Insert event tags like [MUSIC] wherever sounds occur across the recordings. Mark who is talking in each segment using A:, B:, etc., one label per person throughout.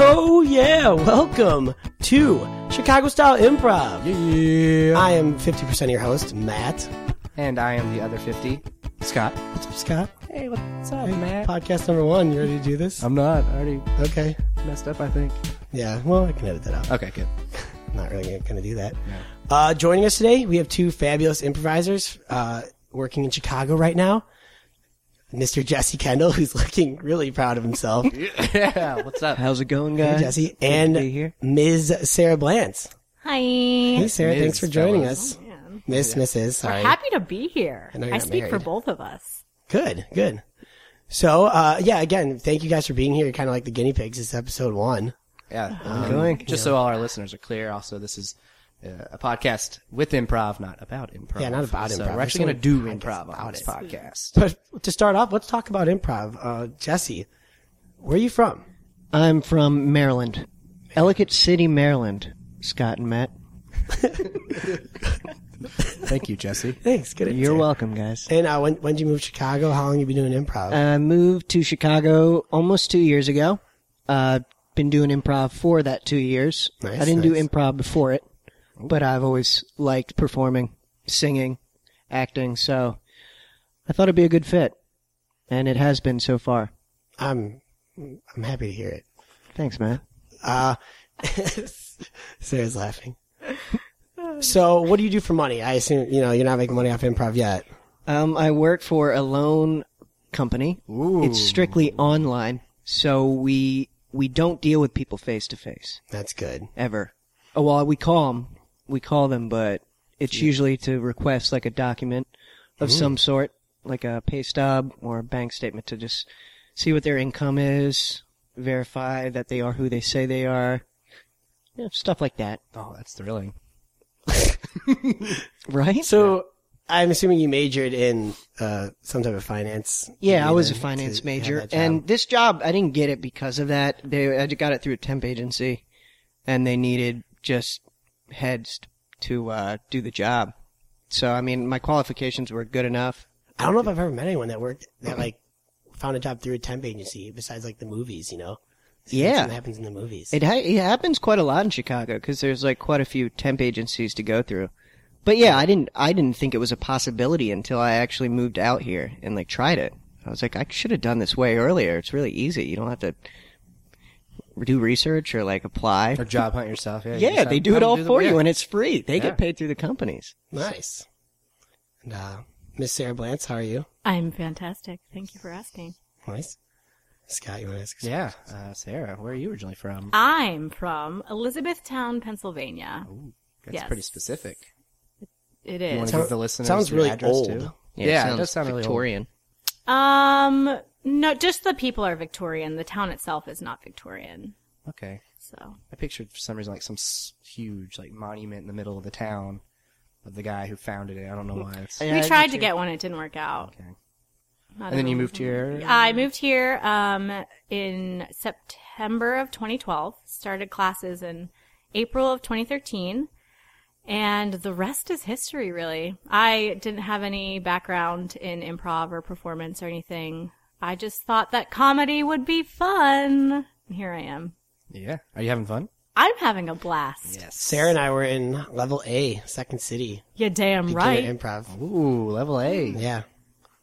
A: Oh yeah, welcome to Chicago Style Improv.
B: Yeah.
A: I am 50% of your host, Matt.
B: And I am the other 50. Scott.
A: What's up, Scott? Hey, what's up,
B: Matt.
A: Podcast number one. You ready to do this?
B: I'm not. I already
A: Okay.
B: messed up, I think.
A: Yeah, well, I can edit that out.
B: Okay, good.
A: I'm not really going to do that. Uh, joining us today, we have two fabulous improvisers uh, working in Chicago right now. Mr. Jesse Kendall, [LAUGHS] who's looking really proud of himself,
B: Yeah, what's up?
C: How's it going, guys?
A: Jesse, and
C: be here.
A: Ms. Sarah Blantz.
D: Hi.
A: Hey, Sarah,
B: Ms.
A: thanks for joining
B: fellas.
A: us. Miss, Mrs. Sorry.
D: Happy to be here.
A: know you're
D: I
A: not
D: speak for
A: married.
D: both of us.
A: Good, good. So, uh, yeah, again, thank you guys for being here. You're kind of like the guinea pigs. It's episode one.
B: Yeah.
C: going.
B: Just so all our listeners are clear, also, this is uh, a podcast with improv, not about improv.
A: Yeah, not about
B: So
A: improv.
B: We're actually
A: There's
B: going to do
A: no
B: improv
A: podcast
B: on this
A: about [LAUGHS]
B: podcast.
A: But to start off, let's talk about improv. Uh, Jesse, where are you from?
C: I'm from Maryland, Ellicott City, Maryland. Scott and Matt,
B: Thank you, Jesse.
A: Thanks. Good.
C: you're
A: answer.
C: welcome, guys.
A: And uh, when when did you move to Chicago? How long you been doing improv?
C: I moved to Chicago almost two years ago. Uh, been doing improv for that two years.
A: Nice,
C: I didn't
A: nice.
C: do improv before it, but I've always liked performing, singing, acting. So I thought it'd be a good fit, and it has been so far.
A: I'm I'm happy to hear it.
C: Thanks, Matt.
A: Sarah's laughing. So, what do you do for money? I assume you know you're not making money off improv yet.
C: Um, I work for a loan company. It's strictly online, so we we don't deal with people face to face
A: That's good.
C: ever. Oh, well, we call them, we call them, but it's usually to request like a document of some sort, like a pay stub or a bank statement, to just see what their income is, verify that they are who they say they are, yeah, stuff like that.
B: [LAUGHS] Oh, that's thrilling.
C: Right?
A: So, I'm assuming you majored in uh, some type of finance.
C: Yeah, I was a
A: to
C: finance
A: have
C: major,
A: that job.
C: and this job I didn't get it because of that. They I got it through a temp agency, and they needed just heads to uh, do the job. So I mean, my qualifications were good enough.
A: I don't know if I've ever met anyone that worked that like found a job through a temp agency besides like the movies, you know? It's
C: Yeah.
A: something that happens in the movies.
C: It ha- it happens quite a lot in Chicago because there's like quite a few temp agencies to go through. But yeah, I didn't I didn't think it was a possibility until I actually moved out here and like tried it. I was like, I should have done this way earlier. It's really easy. You don't have to do research or like apply.
B: Or job hunt yourself. Yeah, you
C: Yeah,
B: decide
C: they do
B: how
C: it
B: to
C: all
B: the
C: for
B: work.
C: you, and it's free. They
B: Yeah.
C: get paid through the companies.
A: nice. And uh Miss Sarah Blantz, how are you?
D: I'm fantastic. Thank you for asking.
A: Nice. Scott, you wanna ask us-
B: Yeah. Uh, Sarah, where are you originally from?
D: I'm from Elizabethtown, Pennsylvania.
B: That's
D: Yes.
B: pretty specific.
D: It
B: You want
D: is.
B: to give the listeners
A: sounds
B: your
A: really
B: address,
A: old.
B: too? Yeah,
C: it,
B: it does sound really old.
C: Victorian.
D: Um, no, just the people are Victorian. The town itself is not Victorian.
B: Okay.
D: So
B: I pictured for some reason like some s- huge like monument in the middle of the town of the guy who founded it. I don't know why. It's...
C: Yeah,
D: we tried to get one. It didn't work out.
B: Okay.
D: Not
B: And then
D: everyone-
B: you moved here.
D: I moved here um, in September of 2012, started classes in April of 2013, and the rest is history, really. I didn't have any background in improv or performance or anything. I just thought that comedy would be fun. And Here I am.
B: Yeah. Are you having fun?
D: I'm having a blast.
B: Yes.
A: Sarah and I were in level A, Second City.
D: You damn
A: beginner
D: right.
A: Improv.
B: Ooh, level A.
A: Yeah.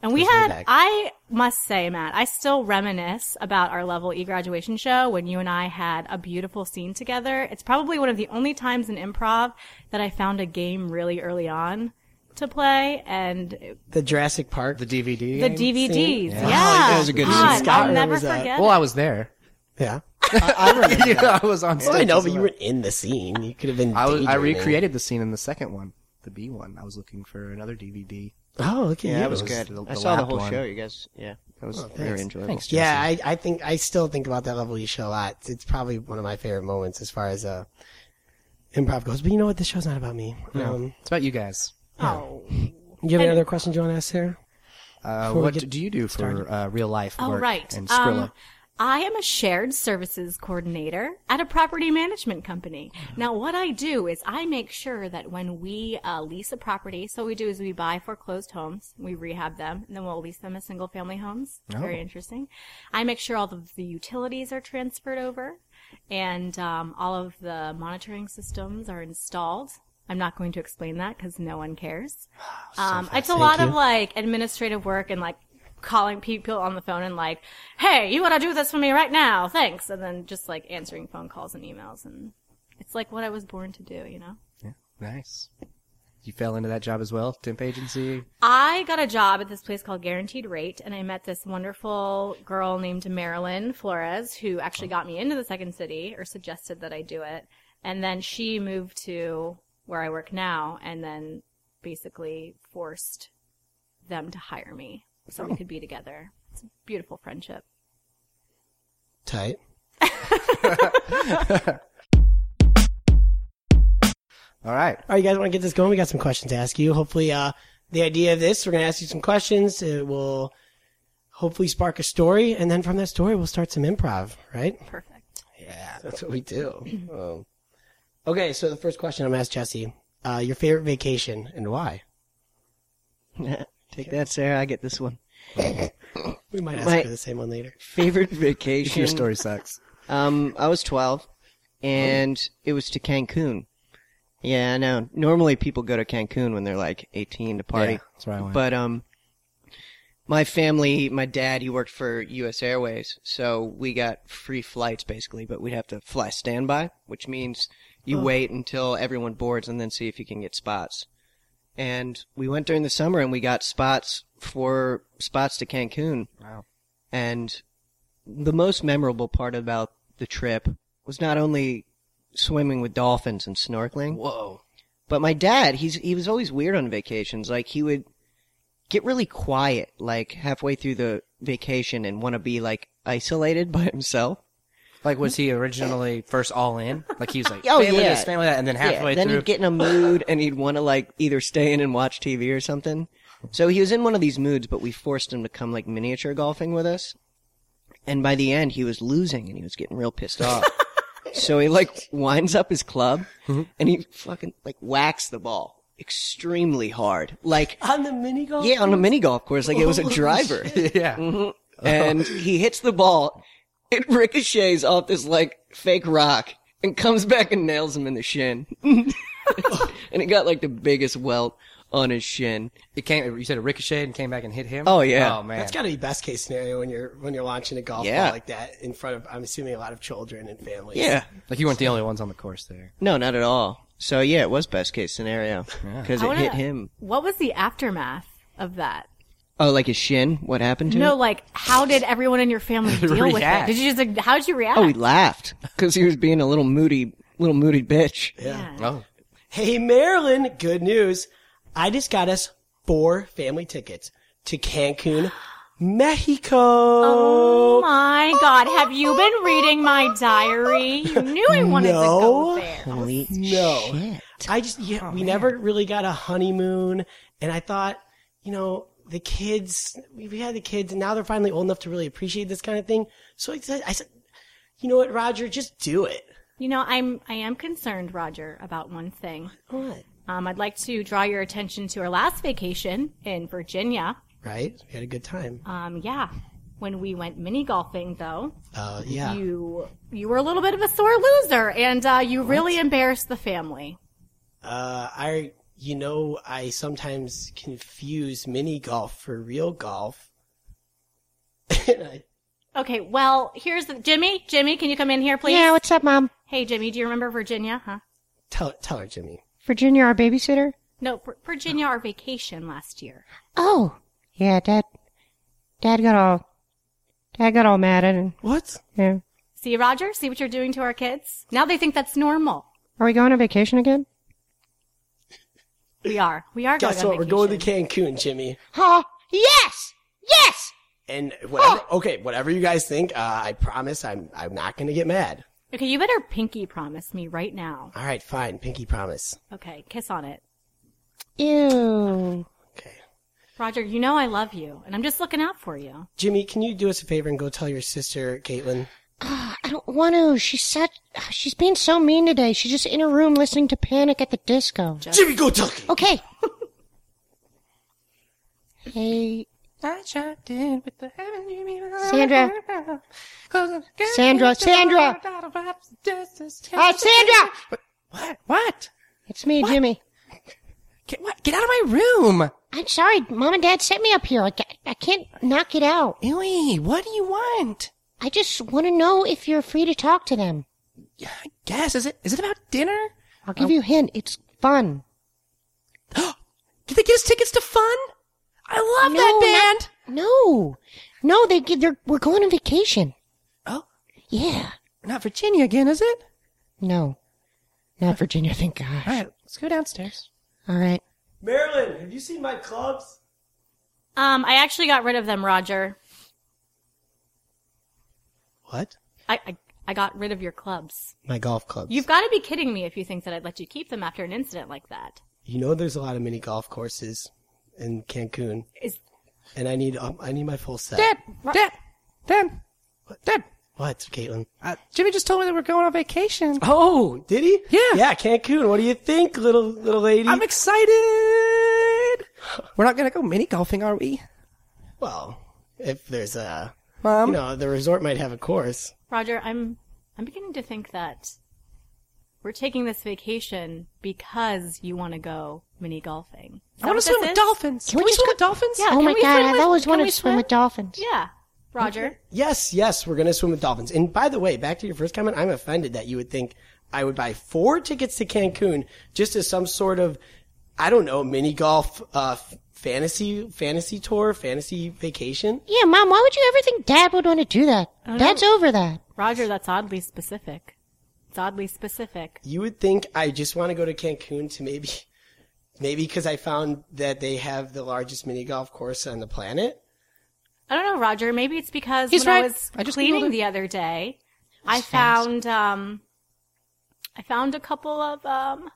D: And we
A: Goes way
D: had,
A: back.
D: I must say, Matt, I still reminisce about our level E graduation show when you and I had a beautiful scene together. It's probably one of the only times in improv that I found a game really early on to play and
A: The Jurassic Park.
B: The DVD.
D: the
B: game?
D: DVDs.
B: Yeah.
D: Yeah.
C: Oh, that was a good
D: God,
A: scene. Scott
D: I'll never
A: remembers that.
D: forget.
B: Well,
D: it.
B: I was there.
A: yeah.
C: I
B: [LAUGHS]
C: remember.
B: yeah, I was on stage.
A: Well, I know,
B: as
A: but you
B: well.
A: weren't in the scene. You could have been
B: I was. I
A: daydreaming.
B: recreated the scene in the second one, the B one. I was looking for another DVD.
A: Oh, look at you.
C: yeah, that was
B: was
C: good.
B: the- the
C: I saw the
B: lap
C: whole
B: one. Oh,
C: show. You guys, yeah, that was very
A: thanks.
C: enjoyable.
B: Thanks, Jesse.
A: Yeah, I, I think I still think about that level E show a lot. It's probably one of my favorite moments as far as uh, improv goes. But you know what? This show's not about me. Um,
B: It's about you guys.
D: oh.
A: you have any other questions you want to ask Sarah?
B: Uh,
A: we
B: what
A: get
B: do you do for uh, real life
D: Oh,
B: work
D: right.
B: and Skrilla?
D: Um, I am a shared services coordinator at a property management company.
B: Mm-hmm.
D: Now, what I do is I make sure that when we uh, lease a property, so what we do is we buy foreclosed homes, we rehab them, and then we'll lease them as
B: Oh.
D: single family homes. Very interesting. I make sure all of the utilities are transferred over. and um, all of the monitoring systems are installed. I'm not going to explain that because no one
A: [SIGHS]
D: cares. Um, it's a lot
A: Thank
D: of
A: you.
D: like administrative work and like calling people on the phone and like, hey, you want to do this for me right now? Thanks. And then just like answering phone calls and emails. And it's like what I was born to do, you know?
B: Yeah, nice. You fell into that job as well, temp agency.
D: I got a job at this place called Guaranteed Rate, and I met this wonderful girl named Marilyn Flores, who actually got me into the second city or suggested that I do it. And then she moved to where I work now, and then basically forced them to hire me so we could be together. It's a beautiful friendship.
A: Tight.
B: All right.
A: All right, you guys want to get this going? We got some questions to ask you. Hopefully, uh, the idea of this, we're going to ask you some questions. It will hopefully spark a story, and then from that story, we'll start some improv, right?
D: Perfect.
A: [LAUGHS] Yeah, that's what we do. um, okay, so the first question I'm going to ask Jesse uh, your favorite vacation and why?
C: [LAUGHS] Take that, Sarah. I get this one.
A: We might ask
C: My-
A: her the same one later.
C: Favorite vacation.
B: Your story [LAUGHS] sucks.
C: Um, I was 12, and it was to Cancun. Yeah, I know. Normally people go to Cancun when they're like 18 to party.
B: Yeah, that's where I went.
C: But, um, my family, my dad, he worked for U.S. Airways, so we got free flights basically, but we'd have to fly standby, which means
B: Oh.
C: you wait until everyone boards and then see if you can get spots. And we went during the summer and we got spots for spots to Cancun.
B: wow.
C: And the most memorable part about the trip was not only swimming with dolphins and snorkeling,
B: Whoa.
C: but my dad, he's he was always weird on vacations. Like he would get really quiet like halfway through the vacation and want to be like isolated [LAUGHS] by himself.
B: Like, was he originally first all in? Like, he was like,
C: Oh,
B: family
C: yeah.
B: this, family that, and then halfway
C: then
B: through.
C: he'd get in a mood and he'd want to like either stay in and watch TV or something. So he was in one of these moods, but we forced him to come like miniature golfing with us. And by the end, he was losing and he was getting real
A: [LAUGHS]
C: pissed off. so he like winds up his club
A: Mm-hmm.
C: and he fucking like whacks the ball extremely hard. Like,
A: On the mini golf?
C: yeah, on a mini golf course, like it was a
A: Holy
C: driver.
B: [LAUGHS] yeah.
C: [LAUGHS] and he hits the ball. It ricochets off this like fake rock and comes back and nails him in the shin. [LAUGHS] and he got like the biggest welt on his shin.
B: It came, you said it ricocheted and came back and hit him?
C: Oh, yeah.
B: Oh, man.
A: That's got to be best case scenario when you're when you're launching a golf
C: Yeah.
A: ball like that in front of I'm assuming a lot of children and families.
C: Yeah.
B: like, you weren't the only ones on the course there.
C: No, not at all. So yeah, it was best case scenario because
D: I
C: it
D: wanna-
C: hit him.
D: What was the aftermath of that?
C: Oh, like his shin? What happened to
D: No,
C: him?
D: like how did everyone in your family deal with it?
B: React.
D: Did you just like, how did you react?
C: Oh, he laughed because he was being a little moody, little moody bitch.
D: yeah.
B: Oh.
A: Hey, Marilyn, good news. I just got us four family tickets to Cancun, Mexico.
D: Oh my god, have you been reading my diary? You knew I wanted to go
A: No.
D: there.
C: Holy
A: No.
C: shit!
A: I just, yeah, we never really got a honeymoon. And I thought, you know, the kids, we we had the kids and now they're finally old enough to really appreciate this kind of thing. So I said, I said, you know what, Roger, just do it.
D: You know, I'm I am concerned, Roger, about one thing.
A: What?
D: Um, I'd like to draw your attention to our last vacation in Virginia.
A: Right? We had a good time.
D: Um, yeah. When we went mini golfing though,
A: Uh, yeah.
D: you you were a little bit of a sore loser and uh, you really embarrassed the family.
A: Uh, I, you know, I sometimes confuse mini golf for real golf. [LAUGHS] and I,
D: Okay, well, here's the Jimmy, Jimmy, can you come in here please?
E: Yeah, what's up, Mom?
D: Hey Jimmy, do you remember Virginia, huh?
A: tell, tell her, Jimmy.
E: Virginia, our babysitter?
D: No, Vir- Virginia, our vacation last year.
E: Oh, yeah, Dad. Dad got all. Dad got all mad at him.
A: What?
E: Yeah.
D: See, Roger, see what you're doing to our kids? Now they think that's normal.
E: Are we going on vacation again?
D: We are. We are
A: Guess
D: going
A: what?
D: on
A: We're
D: vacation.
A: going to Cancun, Jimmy.
E: Huh? Yes. Yes.
A: And whatever, okay, whatever you guys think, uh, I promise I'm, I'm not going to get mad.
D: Okay, you better pinky promise me right now.
A: All right, fine. Pinky promise.
D: Okay, kiss on it.
E: Ew.
A: Okay.
D: Roger, you know I love you, and I'm just looking out for you.
A: Jimmy, can you do us a favor and go tell your sister, Caitlin?
E: Ah, I don't want to. She's such. ah, She's being so mean today. She's just in her room listening to Panic at the Disco. [LAUGHS]
A: Jimmy, go tell
E: Okay. hey. Sandra. Sandra, Sandra. Uh, Sandra!
B: What? What?
E: It's me, Jimmy.
B: Get, what? Get out of my room!
E: I'm sorry, Mom and Dad sent me up here. I, ca- I can't knock it out.
B: Ewy, what do you want?
E: I just want to know if you're free to talk to them.
B: I guess. Is it is it about dinner?
E: I'll give you a hint. It's fun.
B: Did they get us tickets to fun? I love
E: No,
B: that band!
E: No, no, they get- they're we're going on vacation.
B: Oh,
E: Yeah,
B: not Virginia again, is it?
E: no, not Virginia. Thank God.
B: All right, let's go downstairs.
E: All right.
A: Marilyn, have you seen my clubs?
D: Um, I actually got rid of them, Roger.
B: What?
D: I, I, I got rid of your clubs.
A: My golf clubs.
D: You've got to be kidding me if you think that I'd let you keep them after an incident like that.
A: you know, there's a lot of mini golf courses in Cancun,
D: Is
A: and I need um, I need my full set.
B: Dad, Dad, Dad, Dad.
A: What, Caitlin?
B: Uh, Jimmy just told me that we're going on vacation.
A: Oh, did he?
B: Yeah.
A: yeah, Cancun. What do you think, little little lady?
B: I'm excited. We're not gonna go mini golfing, are we,
A: well, if there's a,
B: Mom?
A: you know, the resort might have a course.
D: Roger, I'm I'm beginning to think that we're taking this vacation because you want to go mini golfing. Is
B: I
D: that
B: want to
D: what
B: swim
D: this
B: with
D: is?
B: dolphins. Can,
E: we
B: we
E: just
B: swim
E: go-
B: with dolphins?
D: Yeah.
E: oh
D: can
E: my
D: we
E: God,
D: swim
E: I've
D: with-
E: always
D: can
E: wanted
D: we
E: to swim
D: swim?
E: with dolphins.
D: Yeah, Roger.
A: Yes, yes, we're gonna swim with dolphins. And by the way, back to your first comment, I'm offended that you would think I would buy four tickets to Cancun just as some sort of, I don't know, mini golf, uh, f- fantasy, fantasy tour, fantasy vacation.
E: Yeah, Mom, why would you ever think Dad would want to do that? Dad's over that.
D: Roger, that's oddly specific. It's oddly specific.
A: You would think I just want to go to Cancun to maybe, maybe because I found that they have the largest mini golf course on the planet.
D: I don't know, Roger. Maybe it's because
B: He's
D: when I
B: right.
D: was
B: I just Googled
D: cleaning
B: it.
D: the other day, I
E: fast.
D: found um, I found a couple of um,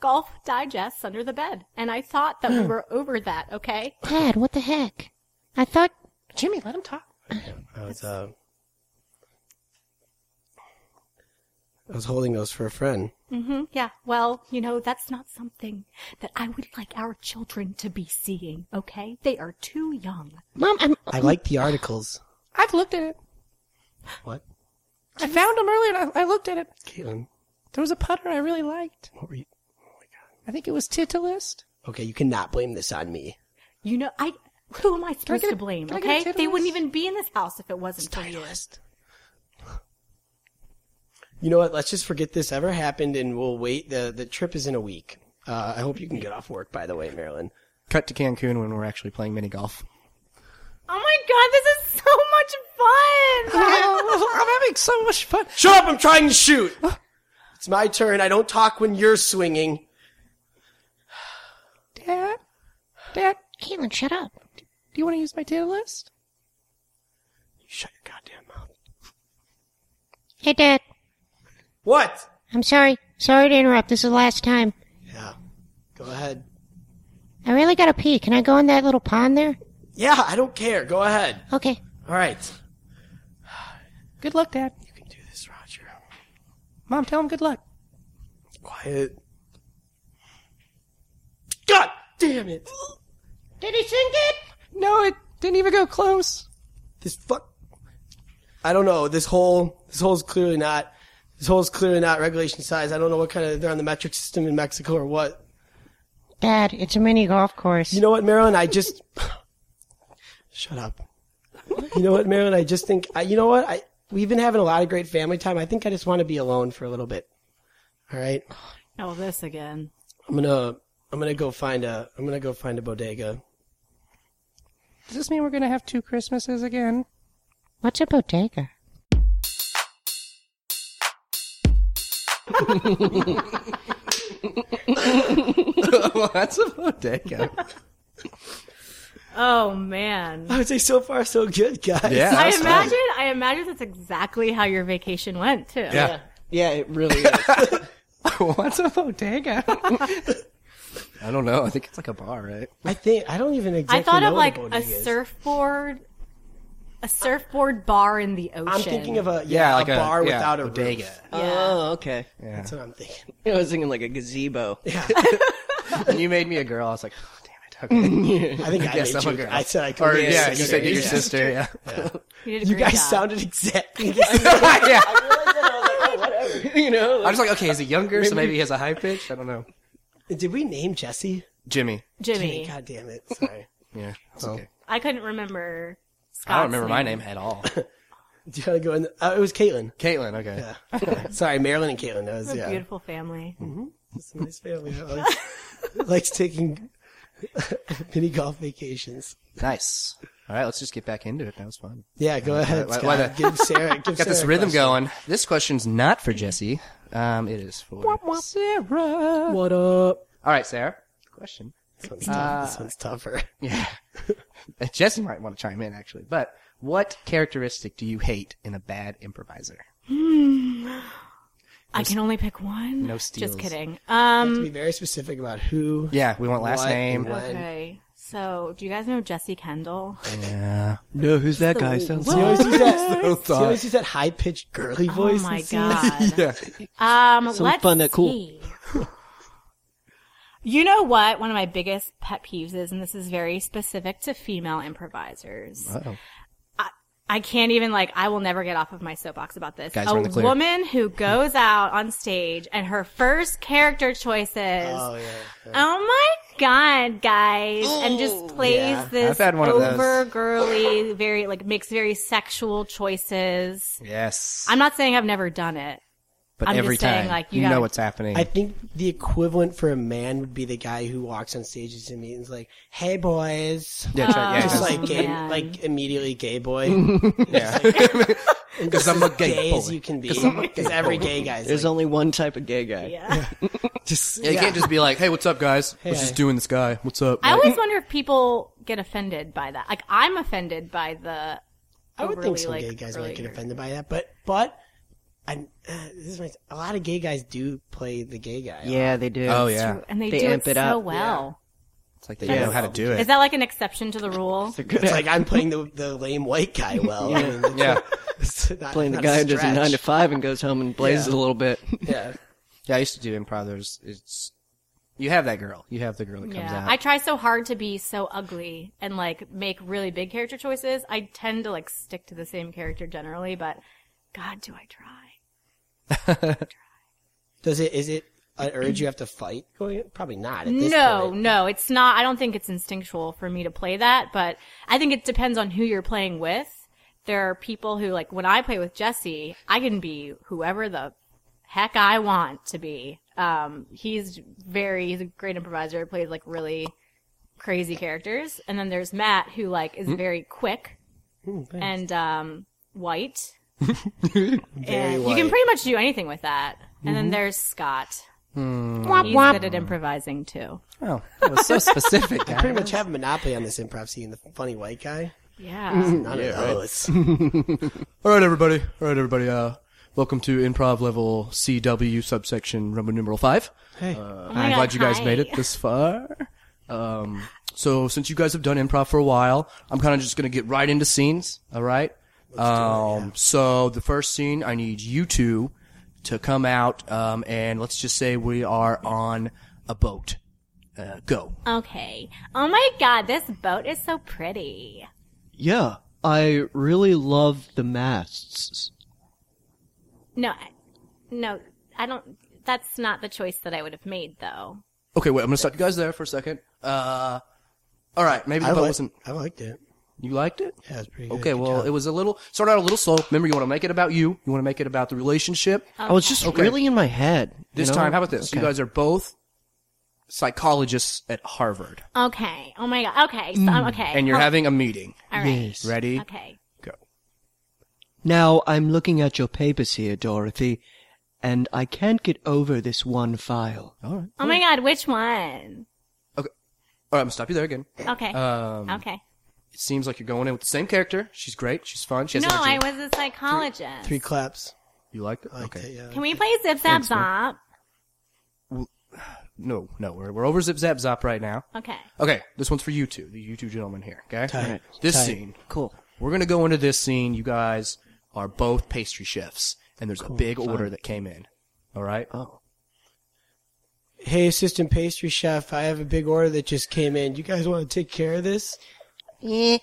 D: golf digests under the bed, and I
B: [GASPS]
D: thought that we were over that. Okay,
E: Dad, what the heck? I thought
B: Jimmy, let him talk.
A: I was, uh, I was holding those for a friend.
D: hmm Yeah. Well, you know, that's not something that I would like our children to be seeing, okay? They are too young.
E: Mom, I'm.
A: I like the articles.
B: I've looked at it.
A: What?
B: I found them earlier. And I, I looked at it.
A: Caitlin,
B: There was a putter I really liked.
A: what were you?
B: I think it was Titleist.
A: Okay, you cannot blame this on me.
D: You know, I who am I supposed
B: get
D: to
B: a-
D: blame,
B: can I get a
D: okay? They
B: Titleist?
D: wouldn't even be in this house if it wasn't for you.
A: Titleist. You know what? Let's just forget this ever happened, and we'll wait. the The trip is in a week. Uh, I hope you can get off work. By the way, Marilyn.
B: Cut to Cancun when we're actually playing mini [LAUGHS] golf.
D: Oh my god, this is so much fun!
A: [LAUGHS]
B: Oh, I'm having so much fun.
A: Shut up! I'm trying to shoot. It's my turn. I don't talk when you're swinging.
B: Dad, Dad,
E: Caitlin, shut up.
B: do you want to use my Titleist?
A: You shut your goddamn mouth.
E: Hey, Dad.
A: What?
E: I'm sorry. Sorry to interrupt. This is the last time.
A: Yeah. Go ahead.
E: I really gotta pee. Can I go in that little pond there?
A: Yeah, I don't care. Go ahead.
E: Okay.
A: All right.
B: Good luck, Dad.
A: You can do this, Roger.
B: Mom, tell him good luck.
A: Quiet. God damn it!
E: Did he sink it?
B: No, it didn't even go close.
A: this fuck I don't know. This hole this hole's clearly not this hole's clearly not regulation size. I don't know what kind of they're on the metric system in Mexico or what.
E: Dad, it's a mini golf course.
A: You know what, Marilyn? I just [SIGHS] shut up. You know what, Marilyn? I just think I, you know what I. We've been having a lot of great family time. I think I just want to be alone for a little bit. All right,
D: Oh, this again.
A: I'm gonna I'm gonna go find a I'm gonna go find a bodega. [LAUGHS]
B: Does this mean we're gonna have two Christmases again?
E: What's a bodega?
B: [LAUGHS] well, that's a bodega.
D: Oh man.
A: I would say so far so good, guys.
B: Yeah.
D: I
B: That's
D: imagine I imagine that's exactly how your vacation went too.
A: yeah, yeah. It really is.
B: [LAUGHS] What's a bodega? [LAUGHS] I don't know. I think it's like a bar, right?
A: I think I don't even exactly.
D: I thought
A: know
D: of
A: what
D: like a
A: bodega is.
D: surfboard a surfboard bar in the ocean.
A: I'm thinking of a yeah,
B: like
A: a,
B: a-
A: bar
B: yeah,
A: without a
B: bodega.
A: roof.
D: yeah.
C: Oh, okay.
B: Yeah.
A: That's what I'm thinking.
C: I was thinking like a gazebo.
B: and you made me a girl. I was like, oh, damn it. Okay.
A: I think I
B: Yes,
A: made
B: I'm
A: you.
B: a girl.
A: I said I could.
B: [LAUGHS] or
A: be a
B: yeah, you
A: sister.
B: said you're your
A: Yeah.
B: [LAUGHS] sister. Yeah.
D: You did a
A: You
D: great
A: guys
D: job.
A: sounded
B: [LAUGHS]
A: exactly the same.
B: yeah.
A: I was like, oh, whatever. You know.
B: I'm just like, okay, is he younger? So maybe he has a high pitch. I don't know.
A: Did we name Jesse?
B: Jimmy.
D: Jimmy.
A: God damn it. Sorry.
B: Yeah. It's
A: Oh.
B: okay.
D: I couldn't remember. Scott's
B: I don't remember my name at all.
A: Do you want to go in? The, uh, it was
D: [LAUGHS]
A: Caitlin.
B: [LAUGHS] Caitlin. Okay.
A: Yeah. Sorry, Marilyn and Caitlin. That was
D: What a
A: yeah.
D: beautiful family.
A: Mm-hmm. It's a nice family. that likes, likes taking [LAUGHS] mini golf vacations.
B: Nice. All right, let's just get back into it. That was fun.
A: Yeah, go ahead.
B: why-
A: Scott.
B: why the-
A: give
B: [LAUGHS]
A: Sarah. Give
B: Got this
A: Sarah a
B: rhythm
A: question.
B: going. This question's not for Jesse. Um, it is for Sarah.
A: What up?
B: All right, Sarah. Question. [LAUGHS]
A: This one's,
D: Uh,
A: tough. this one's
D: [LAUGHS]
A: tougher.
B: Yeah. Jesse might want to chime in actually, but what characteristic do you hate in a bad improviser?
D: I can only pick one.
B: No steals.
D: Just kidding.
A: You have to be
D: Um.
A: very specific about who. [LAUGHS]
B: Yeah, we want last
A: What?
B: name.
A: What? be-
D: Okay. So, do you guys know Jesse Kendall?
B: Yeah.
C: No, who's that
A: [LAUGHS]
C: guy? Sounds
A: She always use that.
B: [LAUGHS] So
A: She
B: thought.
A: always use that high pitched girly voice.
D: oh
A: in
D: my
A: scenes.
D: god.
B: [LAUGHS] Yeah.
D: Um,
C: Some
D: let's
C: fun that cool.
D: see. you know what? One of my biggest pet peeves is, and this is very specific to female improvisers.
B: Uh-oh.
D: I can't even like. I will never get off of my soapbox about this.
B: Guys, we're in
D: a
B: the clear.
D: woman who goes out on stage and her first character
A: [LAUGHS]
D: choices.
A: Oh
D: Oh,
A: yeah.
D: my god, guys! and just plays
A: Yeah.
D: this
B: I've had one of those.
D: over girly, very like makes very sexual choices.
B: Yes.
D: I'm not saying I've never done it.
B: but
D: I'm just
B: every
D: saying,
B: time
D: like, you
B: you, know
D: gotta-
B: what's happening.
A: I think the equivalent for a man would be the guy who walks on stages and means like, "Hey boys,"
B: yeah, check- yeah,
A: Um, just
D: Oh,
A: like gay,
D: man.
A: like immediately gay
B: [LAUGHS]
A: boy,
B: Because I'm a gay,
A: gay
B: boy.
A: as you can be.
B: [LAUGHS] 'Cause I'm a gay
A: Because every
B: boy.
A: gay guy's
C: There's
A: like,
C: only one type of gay guy.
D: Yeah.
A: just
B: Yeah, you
A: yeah.
B: can't just be like, "Hey, what's up, guys? What's
A: Hey.
B: just doing this guy? What's up?"
D: I
B: Like,
D: always wonder if people get offended by that. Like I'm offended by the.
A: I would
D: overly,
A: think some
D: like,
A: gay guys might get
D: earlier.
A: offended by that, but but I'm uh, this is my, a lot of gay guys do play the gay guy.
C: Yeah, they do.
B: oh yeah,
D: and they,
C: They
D: do
C: amp
D: it,
C: it
D: so
C: up,
D: well.
B: it's like they
D: Yeah.
B: know how to do
D: Is
B: it.
D: that like an exception to the rule?
A: It's
B: [LAUGHS]
A: like I'm playing the the lame white guy well. I mean,
B: yeah,
A: [LAUGHS] it's not-
C: Playing the
A: not
C: guy who does a
A: stretch.
C: nine to five and goes home and blazes
A: Yeah.
C: a little
B: [LAUGHS]
C: bit.
A: [LAUGHS] Yeah.
B: yeah. I used to do improv. There's, it's you have that girl. You have the girl that comes
D: Yeah,
B: out.
D: I try so hard to be so ugly and like make really big character choices. I tend to like stick to the same character generally, but God, do I try?
A: Does it? Is it an urge you have to fight? Going? Probably not. At this
D: No,
A: point.
D: no, it's not. I don't think it's instinctual for me to play that, but I think it depends on who you're playing with. There are people who, like, when I play with Jesse, I can be whoever the heck I want to be. Um, he's very, he's a great improviser, plays like really crazy characters. And then there's Matt, who, like,
A: Hmm?
D: is very quick and, um, white. and you can
A: white. Mm-hmm.
D: pretty much do anything with that. And then there's Scott. He's good at improvising too.
B: oh, that was so specific. guys.
A: Pretty much have a monopoly on this improv scene. The funny white guy. [LAUGHS]
D: Yeah.
A: None of those.
B: All right, everybody. All right, everybody. Uh, welcome to improv level CW subsection Roman numeral five. Uh,
A: Hey. Oh
B: I'm
D: God,
B: glad you guys
D: hi.
B: made it this far. Um, so since you guys have done improv for a while, I'm kind of just gonna get right into scenes. All right. Um, so the first scene, I need you two to come out. Um, and let's just say we are on a boat. Uh, go.
D: Okay. Oh my god, this boat is so pretty.
C: Yeah, I really love the masts.
D: No, I- no, I don't. That's not the choice that I would have made, though.
B: Okay, wait. I'm gonna stop you guys there for a second. Uh, all right. Maybe the
A: I,
B: boat
A: li-
B: wasn't.
A: I liked it.
B: You liked it?
A: Yeah, it was pretty good.
B: Okay,
A: Good
B: well,
A: job.
B: it was a little start out a little slow. Remember, you want to make it about you. You want to make it about the relationship.
C: I was just
B: Okay.
C: really in my head. you
B: This
C: know?
B: time, how about this? You
C: Okay.
B: guys are both psychologists at Harvard,
D: Okay. Oh my god. Okay. So, I'm okay.
B: Mm. and you're
D: Oh,
B: having a meeting.
D: All right.
C: Yes.
B: Ready?
D: Okay.
B: Go.
C: Now I'm looking at your papers here, Dorothy, and I can't get over this one file.
B: All right.
D: Oh my god, which one?
B: All right, I'm gonna stop you there again.
D: Okay.
B: Um,
D: okay.
B: It seems like you're going in with the same character. She's great. She's fun. She has
D: No, I
B: energy.
D: was a psychologist.
A: three claps.
B: You liked it?
A: I liked
B: okay.
A: it. Yeah.
D: Can we play Zip Zap Zop?
B: No, no, we're we're over zip zap zop right now.
D: Okay.
B: Okay, this one's for you two, the you two gentlemen here. Okay.
A: Tight.
B: This
A: Tight.
B: scene.
C: Cool.
B: We're gonna go into this scene. You guys are both pastry chefs, and there's a big order that came in. All right.
C: Oh.
A: hey, assistant pastry chef, I have a big order that just came in. You guys want to take care of this?
F: Eh,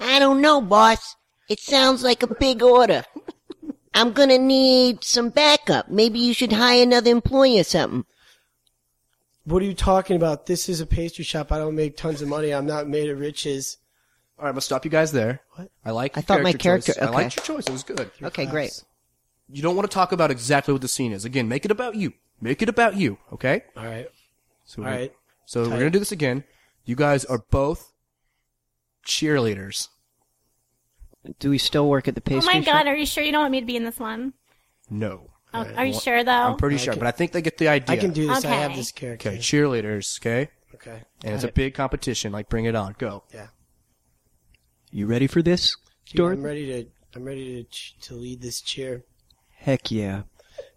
F: I don't know, boss. It sounds like a big order. I'm gonna need some backup. Maybe you should hire another employee or something.
A: What are you talking about? This is a pastry shop. I don't make tons of money. I'm not made of riches.
B: All right, I'm gonna stop you guys there. What? I like.
F: I
B: your
F: thought my character-
B: character. choice. I
F: okay.
B: liked your choice. It was good.
F: Okay, great.
B: You don't want to talk about exactly what the scene is. Again, make it about you. Make it about you. Okay.
A: All right.
B: So
A: All
B: we-
A: right.
B: So we're gonna do this again. You guys are both cheerleaders.
C: Do we still work at the
D: Oh
C: pastry
D: my god,
C: shop?
D: are you sure you don't want me to be in this one?
B: No.
D: Oh, are you sure though?
B: Uh, I'm pretty sure, but I think they get the idea.
A: I can do this. I have
D: Okay.
A: this character.
B: Okay, cheerleaders. Okay,
A: Okay.
B: and it's a big competition. Like, bring it on. Go.
A: Yeah.
C: You ready for this,
A: Dude,
C: Dorothy?
A: I'm ready to. I'm ready to ch- to lead this cheer.
C: Heck yeah.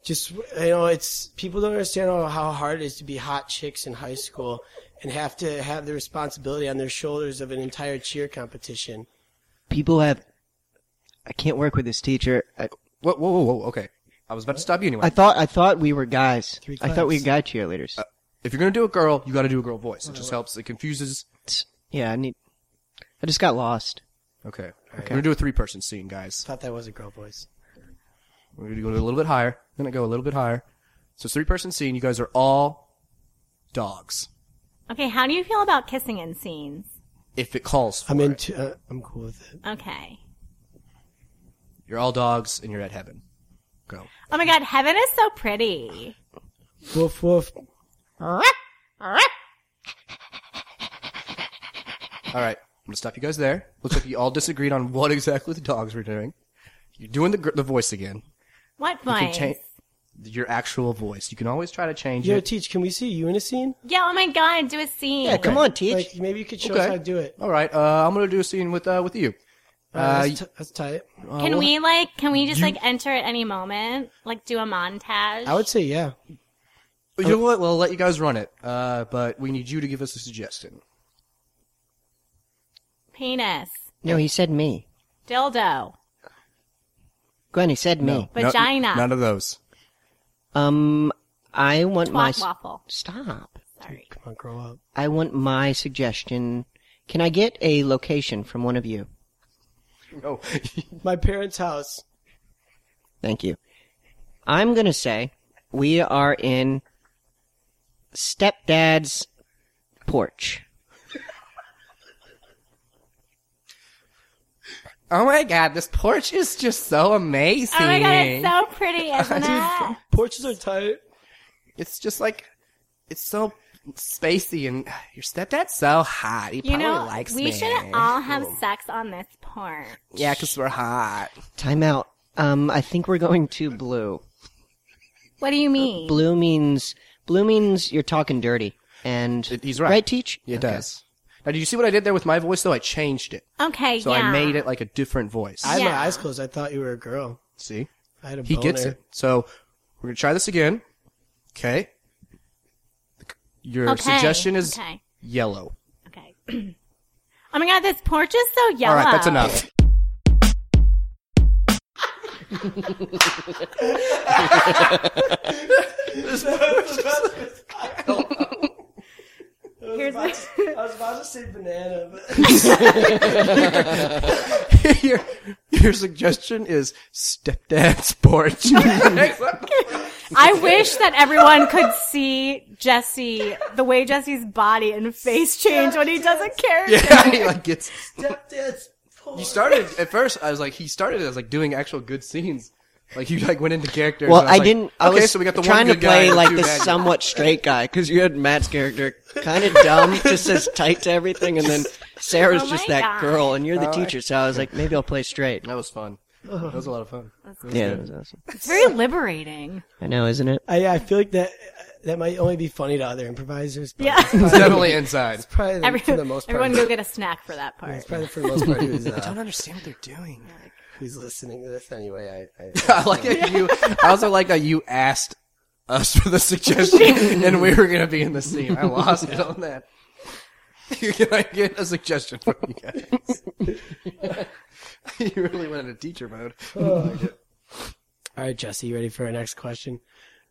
A: Just you know, it's people don't understand how how hard it is to be hot chicks in high school and have to have the responsibility on their shoulders of an entire cheer competition.
C: People have. I can't work with this teacher. I,
B: Whoa, whoa, whoa, whoa. Okay, I was about to stop you anyway.
C: I thought I thought we were guys.
A: Three
C: I thought we
A: claps.
C: were guy cheerleaders.
B: if you're gonna do a girl, you got to do a girl voice. It just helps. It confuses.
C: It's- yeah, I need. I just got lost.
B: Okay. We're gonna do a three-person scene, guys.
A: Thought that was a girl voice.
B: We're gonna go a little bit higher. I'm gonna go a little bit higher. So it's a three-person scene. You guys are all dogs.
D: okay, how do you feel about kissing in scenes?
B: If it calls, for
A: I'm
B: it.
A: into. Uh, I'm cool with it.
D: Okay.
B: You're all dogs, and you're at heaven. Go.
D: Oh my god, heaven is so
B: [LAUGHS]
D: pretty.
A: Woof woof.
B: All right, I'm gonna stop you guys there. Looks like you all disagreed on what exactly the dogs were doing. You're doing the gr- the voice again.
D: What
B: You can
D: voice?
B: change your actual voice. You can always try to change
A: Yo,
B: it.
A: teach. Can we see you in a scene?
D: Yeah, oh my god, do a scene.
F: Yeah, come on, teach.
A: Like maybe you could show us
B: Okay.
A: how to do it.
B: all right, uh, I'm gonna do a scene with uh, with you.
A: Uh,
B: Uh,
A: that's, t- that's tight.
B: Uh,
D: Can
B: well,
D: we like? Can we just
B: you-
D: like enter at any moment? Like do a montage?
A: I would say yeah.
B: You know what? We'll let you guys run it, uh, but we need you to give us a suggestion.
D: Penis,
F: No, he said me.
D: dildo,
F: Gwen, he said me.
B: No,
D: Vagina.
B: none of those.
C: Um, I want my
D: twat
C: s-
D: waffle.
C: stop.
D: Sorry.
A: Come on, grow up.
C: I want my suggestion. Can I get a location from one of you?
B: No.
A: My parents' house.
C: Thank you. I'm gonna say we are in stepdad's porch.
B: oh my god, this porch is just so amazing.
D: Oh my god, it's so
B: [LAUGHS]
D: pretty, isn't it?
A: Porches are tight.
B: It's just like it's so spacey, and your stepdad's so hot. He
D: You know, we should all have sex on this porn.
B: Yeah, because we're hot.
C: Time out. Um, I think we're going to blue.
D: What do you mean?
C: Blue means blue means you're talking dirty. And
B: It- he's right.
C: Right, teach.
B: It
C: Okay.
B: does. Now, did you see what I did there with my voice? Though I changed it,
D: Okay,
B: so
D: yeah.
B: I made it like a different voice.
A: I had my
D: Yeah.
A: eyes closed. I thought you were a girl.
B: see,
A: I had a
B: he gets
A: boner.
B: it. So we're gonna try this again. Okay. Your
D: Okay.
B: suggestion is
D: okay.
B: yellow.
D: Okay. [CLEARS THROAT] oh my god, this porch is so yellow.
B: All right, that's enough.
D: Here's what-
A: I was about to say banana, but
B: [LAUGHS] your, your suggestion is stepdad's [LAUGHS] porch.
D: I wish that everyone could see Jesse, the way Jesse's body and face change when he does a character.
B: [LAUGHS] yeah, he, like gets.
A: stepdad's
B: You started at first. I was like, he started as like doing actual good scenes. Like you like went into character.
C: Well,
B: and
C: I,
B: was like,
C: didn't. I
B: okay,
C: was
B: so we got the
C: trying
B: one good
C: to play
B: guy and
C: like
B: two
C: the
B: bad guys.
C: somewhat straight guy because you had Matt's character kind
B: [LAUGHS]
C: of dumb, just says tight to everything, and then Sarah's
D: Oh
C: just
D: my
C: that
D: God.
C: girl, and you're
B: Oh,
C: the teacher, so I was like, maybe I'll play straight.
B: That was fun. That was a lot of
C: [LAUGHS]
B: fun.
C: Yeah, that was awesome.
D: It's very liberating.
C: I know, isn't it?
A: I, yeah, I feel like that that might only be funny to other improvisers. But
D: Yeah.
B: It's definitely inside.
A: probably the-
D: [LAUGHS] Every-
A: for the most part.
D: everyone go get a snack for that
A: it's
D: part.
A: probably for the most part who's,
D: [LAUGHS]
A: uh,
B: understand what they're doing.
A: who's listening to this anyway. I, I,
B: [LAUGHS] I like that you. I also like that you asked us for the
C: [LAUGHS]
B: suggestion, and we were gonna be in the scene. I lost it on that. [LAUGHS] Can I get a suggestion from you guys? [LAUGHS] you really went into teacher mode.
A: All right, Jesse, you ready for our next question?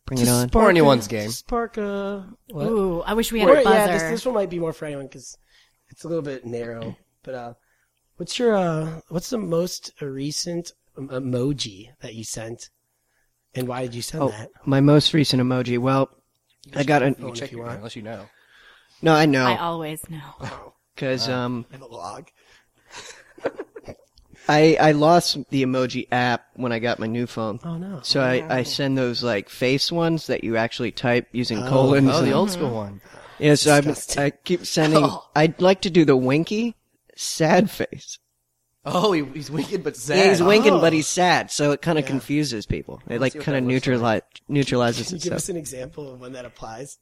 C: Bring it on.
B: Or anyone's game.
A: Spark a. What?
D: Ooh, I wish we had
A: Or-
D: a
A: yeah,
D: buzzer.
A: this, this one might be more for anyone because it's a little bit narrow. But uh, what's your uh, what's the most recent em- emoji that you sent, and why did you send
C: Oh,
A: that?
C: my most recent emoji. Well, I got a
A: Phone if you want.
B: unless you know.
C: no. I
D: I
C: know
D: always know.
C: because
B: Uh.
C: um,
A: I have a log.
C: I I lost the emoji app when I got my new phone.
A: Oh no.
C: So I, I send those like face ones that you actually type using colons.
B: Oh, the
C: and-
B: old school one.
C: yeah, so I'm,
A: Disgusting.
C: I keep sending. I'd like to do the winky sad face.
B: Oh, he, he's wicked but sad.
C: Yeah, he's winking,
A: Oh.
C: but he's sad, so it kind of confuses people. It like kind of neutralize,
B: [LAUGHS]
C: neutralizes
A: Can you give us
C: itself.
A: an example of when that applies?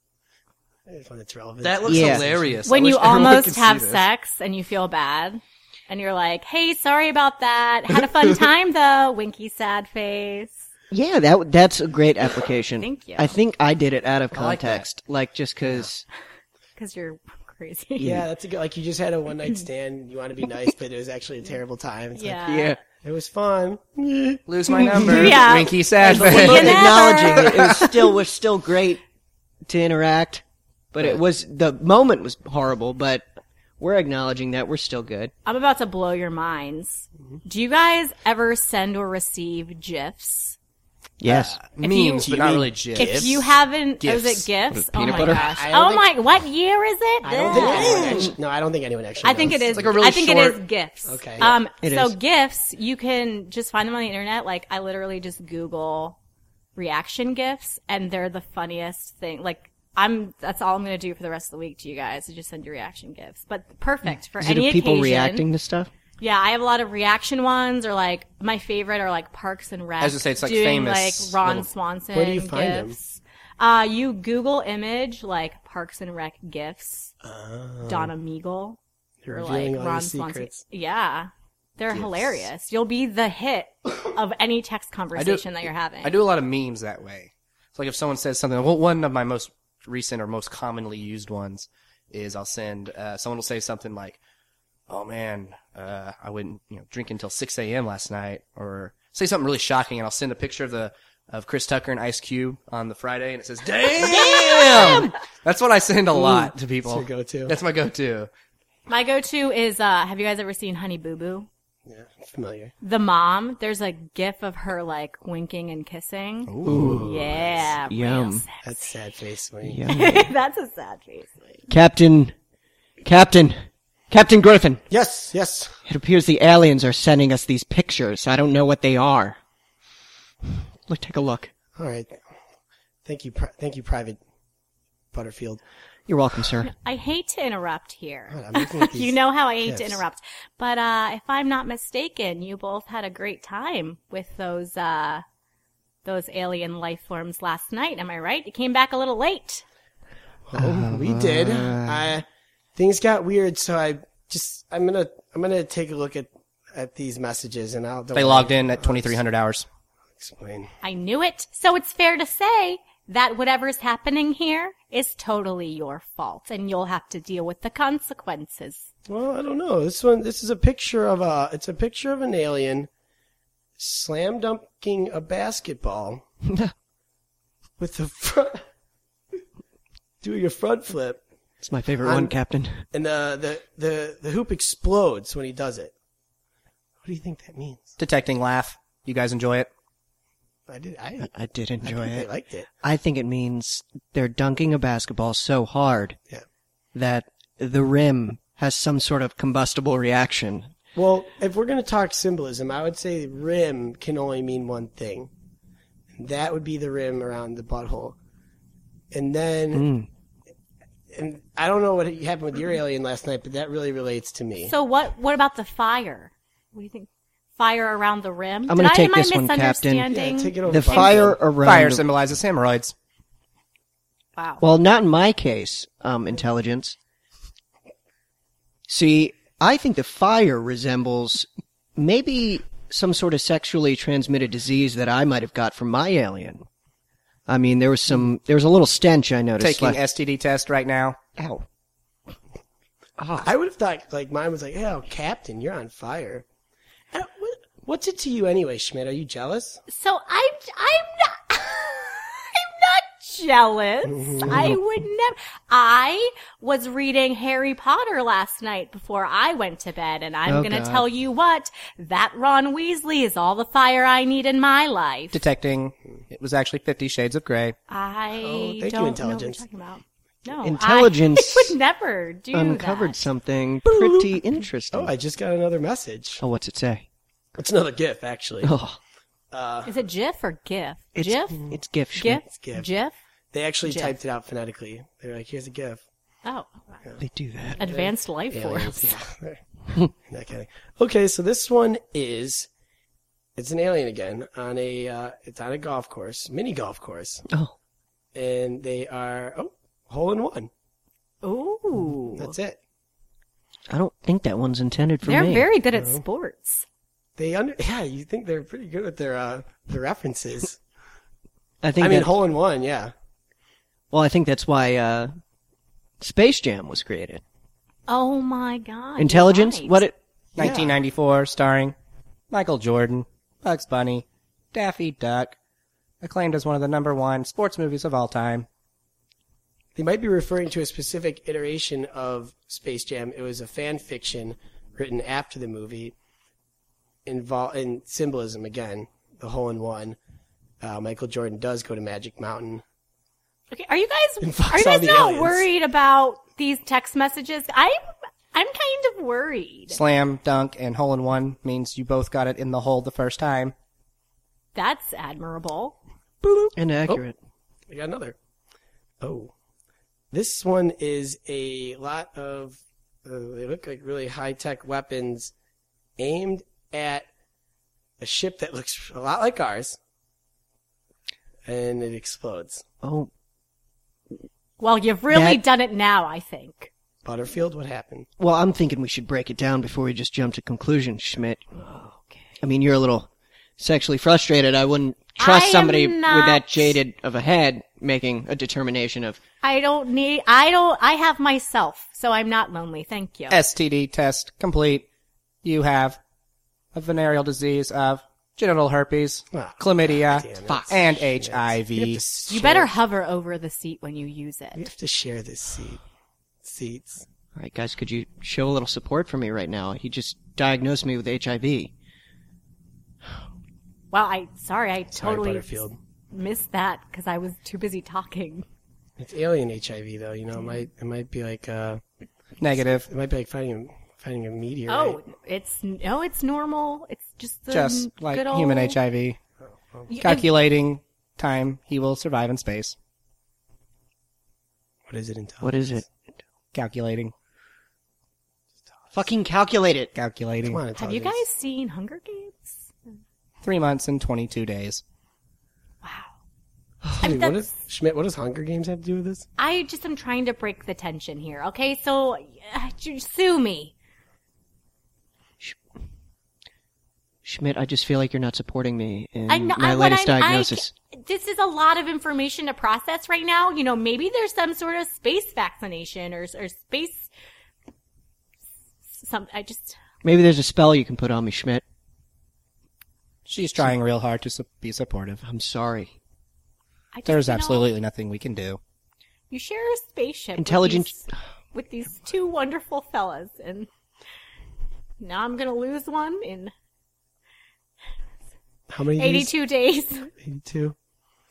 A: If one that's relevant.
B: That looks
C: Yeah.
B: hilarious. I
D: when
B: wish
D: you
B: everyone could
D: almost
B: see
D: have
B: this.
D: sex and you feel bad and you're like, hey, sorry about that. Had
A: [LAUGHS]
D: a fun time though. Winky sad face.
C: Yeah, that that's a great application.
D: Thank you.
C: I think I did it out of
B: like that.
C: context, like, just 'cause
D: Cause you're crazy.
A: yeah, that's a good. Like you just had a one [LAUGHS] night stand. You want to be nice, but it was actually a terrible time. It's like,
D: Yeah.
C: yeah,
A: it was fun.
B: Lose my number.
D: [LAUGHS] Yeah.
B: Winky sad
D: See you
B: face.
C: acknowledging
D: never.
C: it,
B: [LAUGHS]
C: it was still was still great to interact, but it was the moment was horrible. But we're acknowledging that we're still good.
D: I'm about to blow your minds.
A: Mm-hmm.
D: Do you guys ever send or receive GIFs?
C: Yes.
B: Memes,
A: you-
B: but not really GIFs.
D: If you haven't, oh,
B: Gifts.
D: is it gifts? Oh
B: Peanut
D: my
B: butter?
D: gosh!
A: I don't
D: Oh my, what year is it?
A: I don't think
D: Ugh.
A: anyone actually, no, I don't think anyone actually.
D: I think it
A: knows.
D: is.
B: like a really
D: I think
B: short-
D: it is gifts.
A: Okay.
D: Um.
C: It
D: so
C: is.
D: gifts, you can just find them on the internet. Like I literally just Google reaction gifts, and they're the funniest thing. Like I'm. That's all I'm going to do for the rest of the week to you guys is just send you reaction gifts. But perfect for
C: Is it
D: any
C: of people
D: occasion.
C: reacting to stuff?
D: Yeah, I have a lot of reaction ones, or like my favorite are like Parks and Rec.
B: I was gonna say, it's, like,
D: doing,
B: famous
D: like Ron
B: little-
D: Swanson.
A: Where do you find 'em?
D: gifts. Uh, you Google image like Parks and Rec gifts, Donna Meagle,
A: Ah, You're
D: or
A: Uh-huh. revealing
D: like
A: all
D: Ron
A: these
D: Swanson.
A: secrets.
D: Yeah, they're hilarious. You'll be
A: [COUGHS]
D: the hit of any text conversation that you're having.
B: I do a lot of memes that way. It's like if someone says something, well, one of my most recent or most commonly used ones is I'll send, uh, someone will say something like, oh man, uh, I wouldn't, you know, drink until 6 a.m. last night or say something really shocking and I'll send a picture of the, of Chris Tucker and Ice Cube on the Friday and it says, damn! That's what I send a lot to people.
A: That's your go-to.
B: That's my go-to.
D: My go-to is uh, Have you guys ever seen Honey Boo Boo?
A: Yeah, familiar.
D: The mom. There's a gif of her like winking and kissing. Ooh, yeah, real
C: Yum.
D: sexy.
A: That's
D: [LAUGHS]
A: sad face. Wayne.
D: That's a sad face.
C: [LAUGHS] Captain, Captain, Captain Griffin.
A: Yes, yes.
C: It appears the aliens are sending us these pictures. I don't know what they are. Look, take a look.
A: All right. Thank you, Pri- thank you, Private Butterfield.
C: You're welcome, [LAUGHS] sir.
D: I hate to interrupt here. [LAUGHS]
A: God, I'm looking [LAUGHS] at these.
D: you know how I hate to
A: Yes.
D: interrupt. But uh, if I'm not mistaken, you both had a great time with those uh, those alien life forms last night. Am I right? You came back a little late.
A: Oh,
B: Uh,
A: we did. I things got weird, so I just I'm gonna I'm gonna take a look at at these messages and I'll.
B: They logged in at 2300 hours.
A: Explain.
D: I knew it. So it's fair to say that whatever's happening here is totally your fault, and you'll have to deal with the consequences.
A: Well, I don't know. This one, this is a picture of a. It's a picture of an alien slam dunking a basketball with the front, [LAUGHS] doing a front flip,
C: It's my favorite
A: I'm-
C: one, Captain.
A: and uh, the, the the the hoop explodes when he does it. What do you think that means?
B: Detecting laugh. You guys enjoy it?
A: I did. I,
C: I did enjoy
A: I
C: it.
A: liked it.
C: I think it means they're dunking a basketball so hard
A: Yeah.
C: that the rim has some sort of combustible reaction.
A: Well, if we're going to talk symbolism, I would say rim can only mean one thing. That would be the rim around the butthole. And then,
C: Mm.
A: and I don't know what happened with your alien last night, but that really relates to me.
D: So what? What about the fire? What do you think? Fire around the rim.
C: I'm
D: Did
C: gonna
D: I,
C: take
D: am I
C: this one, Captain. Yeah,
A: yeah,
D: misunderstanding?
A: take it over.
C: The
A: Bob.
C: fire around.
B: Fire symbolizes hemorrhoids.
D: Wow.
C: Well, not in my case, um, intelligence. See, I think the fire resembles maybe some sort of sexually transmitted disease that I might have got from my alien. I mean, there was some, there was a little stench I noticed.
B: Taking
C: like-
B: STD test right now.
C: ow.
A: I would have thought, like, mine was like, oh, Captain, you're on fire. I don't- what- What's it to you anyway, Schmidt? Are you jealous?
D: So [LAUGHS] I'm I'm not I'm not jealous. I would never. I was reading Harry Potter last night before I went to bed, and I'm
C: Oh,
D: gonna
C: God.
D: tell you what that Ron Weasley is all the fire I need in my life.
C: Detecting. It was actually Fifty Shades of Grey.
D: I
A: thank you,
D: don't
A: intelligence.
D: know what you're talking about. No,
C: Intelligence
D: I, [LAUGHS] would never do
C: Uncovered
D: that.
C: something pretty
A: Oh,
C: interesting.
A: I just got another message.
C: Oh, what's it say?
A: It's another GIF, actually. Uh,
C: Oh,
D: Is it GIF or GIF?
C: it's,
D: GIF,
C: It's GIF. Schmidt.
D: GIF,
A: GIF.
D: GIF.
A: They actually
D: GIF.
A: typed it out phonetically. They were like, "Here's a GIF."
D: Oh,
C: They do that.
D: advanced life force.
A: Yeah.
C: [LAUGHS]
A: [LAUGHS] Not kidding. Okay, so this one is it's an alien again on a uh, it's on a golf course, mini golf course,
C: Oh,
A: and they are oh hole in one.
D: Ooh,
A: That's it.
C: I don't think that one's intended for
D: they're
C: me.
D: very good at sports.
A: They under [LAUGHS] yeah. You think they're pretty good with their uh, the references?
C: I think.
A: I mean,
C: that-
A: hole in one. Yeah.
C: well, I think that's why uh, Space Jam was created.
D: Oh my god!
C: Intelligence.
D: right.
C: What it?
A: Yeah.
B: 1994, starring Michael Jordan, Bugs Bunny, Daffy Duck, acclaimed as one of the number one sports movies of all time.
A: They might be referring to a specific iteration of Space Jam. It was a fan fiction written after the movie, invol in symbolism again, the hole in one. Uh, Michael Jordan does go to Magic Mountain.
D: Okay, are you guys
A: Fox
D: are you
A: all
D: guys
A: the
D: not
A: aliens.
D: worried about these text messages? I'm I'm kind of worried.
B: Slam, dunk, and hole in one means you both got it in the hole the first time.
D: That's admirable.
C: Inaccurate.
A: I got another. Oh, this one is a lot of. Uh, they look like really high tech weapons aimed at a ship that looks a lot like ours, and it explodes.
C: Oh,
D: Well, you've really
C: That-
D: done it now. I think.
A: Butterfield, what happened?
C: well, I'm thinking we should break it down before we just jump to conclusions, Schmidt. I mean, you're a little sexually frustrated. I wouldn't trust
D: I am
C: somebody with
D: not-
C: that jaded of a head making a determination of
D: I don't need. I don't. I have myself, so I'm not lonely. Thank you.
B: STD test complete. You have a venereal disease of genital herpes,
A: Ah,
B: chlamydia,
A: damn
B: and
A: You have
B: HIV.
A: to share,
D: You better hover over the seat when you use
A: You
D: it.
A: have to share this seat. Seats.
C: All right, guys, could you show a little support for me right now? He just diagnosed me with HIV.
D: Well, I sorry,
A: Sorry,
D: I totally
A: Butterfield.
D: missed that because I was too busy talking.
A: It's alien HIV though. You know, it might it might be like uh,
B: Negative.
A: it might be like finding finding a meteor.
D: Oh, it's no, it's normal. It's just the
B: Just
D: good
B: like
D: old,
B: human HIV.
D: You-
B: Calculating time he will survive in space.
A: What is it intelligence?
C: What is it?
B: Calculating.
C: Fucking calculate it.
B: Calculating.
A: Come on,
D: Have you
A: intelligence.
D: guys seen Hunger Games?
B: Three months and 22 days.
D: Wow.
A: Dude,
D: mean,
A: what is
D: that's-
A: Schmidt? What does Hunger Games have to do with this?
D: I just am trying to break the tension here. Okay, so uh, j- sue me.
C: Schmidt, I just feel like you're not supporting me in
D: I know,
C: my
D: I, what
C: latest
D: I'm- I
C: diagnosis.
D: ca- this is a lot of information to process right now. You know, maybe there's some sort of space vaccination or or space. Some I just
C: Maybe there's a spell you can put on me, Schmidt.
B: She's trying real hard to su- be supportive.
C: I'm sorry.
D: I just,
B: There's
D: you know,
B: absolutely nothing we can do.
D: you share a spaceship with
C: Intelligent-
D: these- with these, two wonderful fellas, and now I'm gonna lose one in
A: How many? days?
D: 82 days.
A: Eighty-two.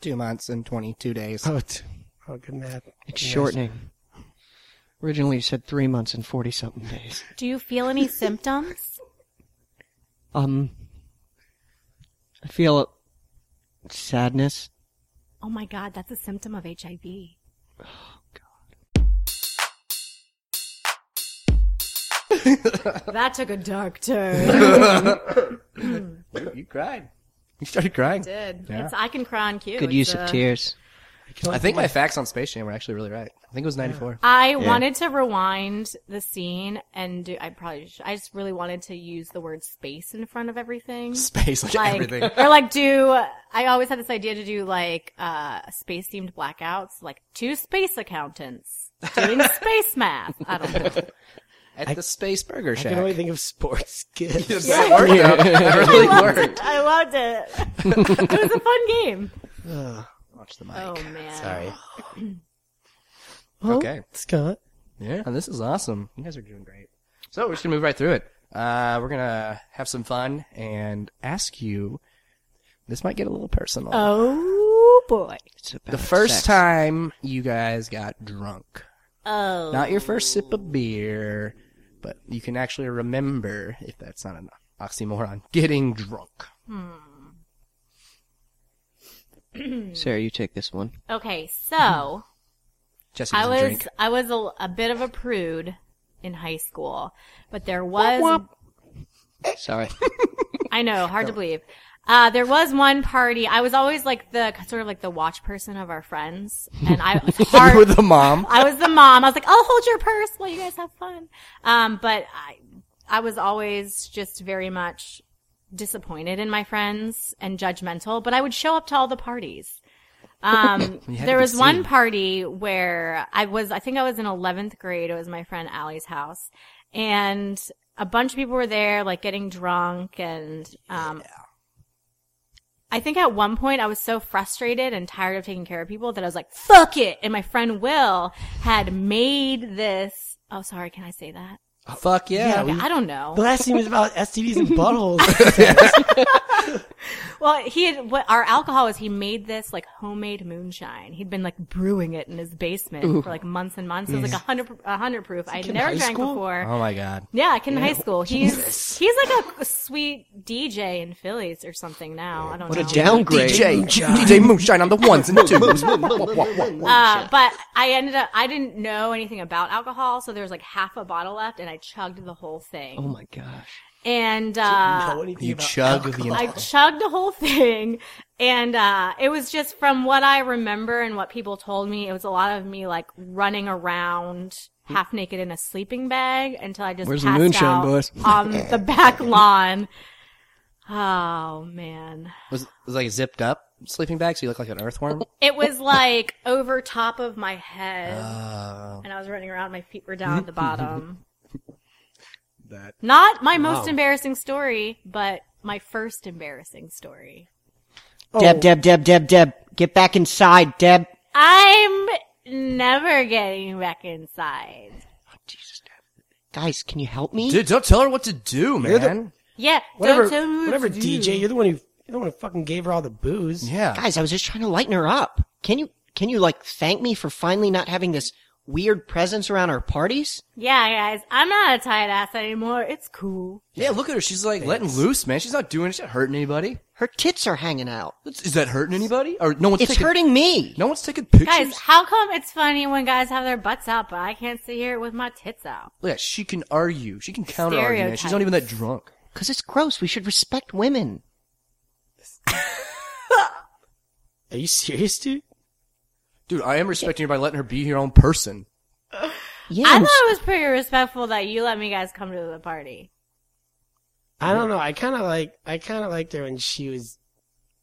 B: Two months and 22 days.
A: Oh, t- oh, good math.
C: It's shortening. Originally, you said three months and 40 something days.
D: Do you feel any symptoms?
C: Um, I feel a- sadness.
D: Oh my god, that's a symptom of HIV. Oh god. that took a dark turn.
B: You cried. You started crying.
D: did.
B: Yeah.
D: It's, I can cry on cue.
C: Good
D: It's,
C: use of
D: uh,
C: tears.
A: can't-
B: I think my facts on Space Jam were actually really right. I think it was 94.
D: I wanted to rewind the scene and do, I probably sh I just really wanted to use the word space in front of
B: [LAUGHS]
D: everything.
B: Space, like,
A: [LAUGHS]
D: Like,
B: everything.
D: or like do, I always had this idea to do like, uh, space themed blackouts, like two space accountants doing space math. I don't know.
B: At the Space Burger
A: I can
B: Shack.
A: only think of sports [LAUGHS] kids.
B: That
A: [LAUGHS]
B: worked, though. That really worked.
D: I loved it. it was a fun game.
A: Ugh.
B: touch the mic.
D: Oh man.
A: Sorry.
B: Okay.
A: Scott.
B: Yeah, this is awesome. You guys are doing great. So we're just gonna move right through it. Uh, we're gonna have some fun and ask you. This might get a little personal.
D: Oh boy.
C: It's about
B: the first
C: sex.
B: time you guys got drunk,
D: Oh.
B: not your first sip of beer, but you can actually remember if that's not an oxymoron. Getting drunk.
D: Hmm.
C: Sarah, you take this one.
D: Okay, so
B: Jesse
D: I
B: doesn't
D: was
B: drink.
D: I was a, a bit of a prude in high school, but there was
B: [LAUGHS]
C: Sorry.
D: I know, hard to believe. Uh, there was one party. I was always like the sort of like the watch person of our friends, and I was hard.
B: [LAUGHS] you were the mom.
D: I was the mom. I was like, I'll hold your purse while you guys have fun. Um, but I, I was always just very much disappointed in my friends and judgmental, but I would show up to all the parties. Um,
B: [LAUGHS] You had to
D: there
B: be
D: was one
B: seen.
D: party where I was, I think I was in 11th grade. It was my friend Allie's house and a bunch of people were there, like getting drunk and, um, I think at one point I was so frustrated and tired of taking care of people that I was like, fuck it. And my friend Will had made this. Oh, sorry. Can I say that?
B: Fuck yeah.
D: Okay, I don't know.
A: The last thing was about STDs and
D: [LAUGHS]
A: buttholes.
D: Well, he had what our alcohol was. He made this like homemade moonshine. He'd been like brewing it in his basement for like months and months. It was like a hundred, a hundred proof. I'd never drank before.
B: Oh my god.
D: Yeah, like in high school. He's he's like a, sweet DJ in Phillies or something now. I don't know.
C: downgrade.
B: DJ, DJ Moonshine on the ones and twos. Wah, wah, wah, wah, wah.
D: Uh, but I ended up, I didn't know anything about alcohol, so there was like half a bottle left and I chugged the whole thing.
C: Oh my gosh.
D: And, uh,
B: [LAUGHS] you chug the
D: I
B: entire.
D: chugged the whole thing, and uh, it was just from what I remember and what people told me. It was a lot of me like running around half naked in a sleeping bag until I just
C: Hmm. Where's the
D: passed
C: moonshine,
D: out
C: boys? [LAUGHS]
D: on the back lawn. Oh man,
B: Was it was like zipped up sleeping bag, so you look like an [LAUGHS] earthworm.
D: it was like over top of my head,
C: Oh.
B: Uh,
D: and I was running around. My feet were down at the
C: [LAUGHS]
D: bottom.
B: that
D: Not my most embarrassing story, but my first embarrassing story.
A: Oh,
B: Oh.
F: Deb, Deb, Deb, Deb, Deb. Get back inside, Deb.
D: I'm never getting back inside.
F: Guys, can you help me?
B: dude, don't tell her what to do,
A: You're the-
B: man.
D: Yeah,
A: whatever,
D: don't tell me what
A: whatever
D: to
A: DJ,
D: do.
A: you're the one who, you're the one who fucking gave her all the booze.
B: yeah,
F: Guys, I was just trying to lighten her up. Can you, can you like thank me for finally not having this weird presence around our parties?
D: Yeah, guys, I'm not a tight ass anymore. It's cool.
B: yeah. Look at her. She's like letting loose, man. She's not doing. She's not hurting anybody.
F: Her tits are hanging out.
B: That's- Is that hurting anybody? Or no one's
F: It's
B: taking,
F: hurting me.
B: No one's taking pictures.
D: Guys, how come it's funny when guys have their butts out, but I can't sit here with my tits out?
B: Look, at- she can argue. She can counter argue. man. She's not even that drunk.
F: Cause it's gross. We should respect women.
A: Are you serious, dude?
B: Dude, I am respecting her by letting her be her own person.
F: Yeah.
D: I
F: I'm
D: thought
F: s-
D: it was pretty respectful that you let me guys come to the party.
A: I don't know. I kind of like, I kind of liked her when she was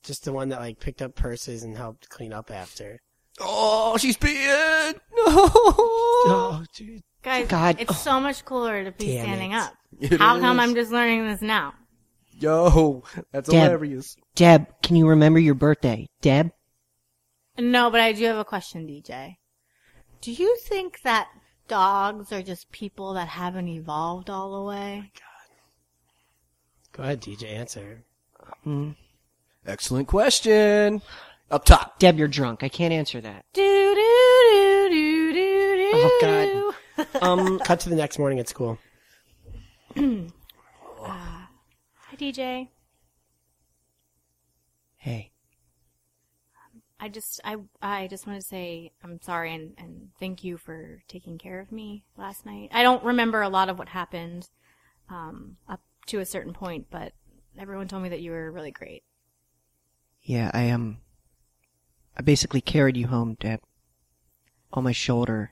A: just the one that like picked up purses and helped clean up after.
B: Oh, she's peeing. No.
A: Oh, dude.
D: Guys,
F: God.
D: it's so much cooler to be
A: Damn
D: standing
A: it.
D: up.
B: It
D: how come
B: is.
D: I'm just learning this now?
B: Yo, that's
F: Deb.
B: hilarious.
F: Deb, can you remember your birthday? Deb?
D: No, but I do have a question, DJ. Do you think that dogs are just people that haven't evolved all the way?
A: Go ahead, DJ, answer.
B: Excellent question. Up top.
F: Deb, you're drunk. I can't answer that.
D: Do do do do do do.
F: Oh, God.
A: Um, cut to the next morning at school.
D: Hi, DJ.
F: Hey.
D: I just I I just wanted to say I'm sorry and and thank you for taking care of me last night. I don't remember a lot of what happened um up to a certain point, but everyone told me that you were really great.
C: Yeah, I um, I basically carried you home, Deb. On my shoulder.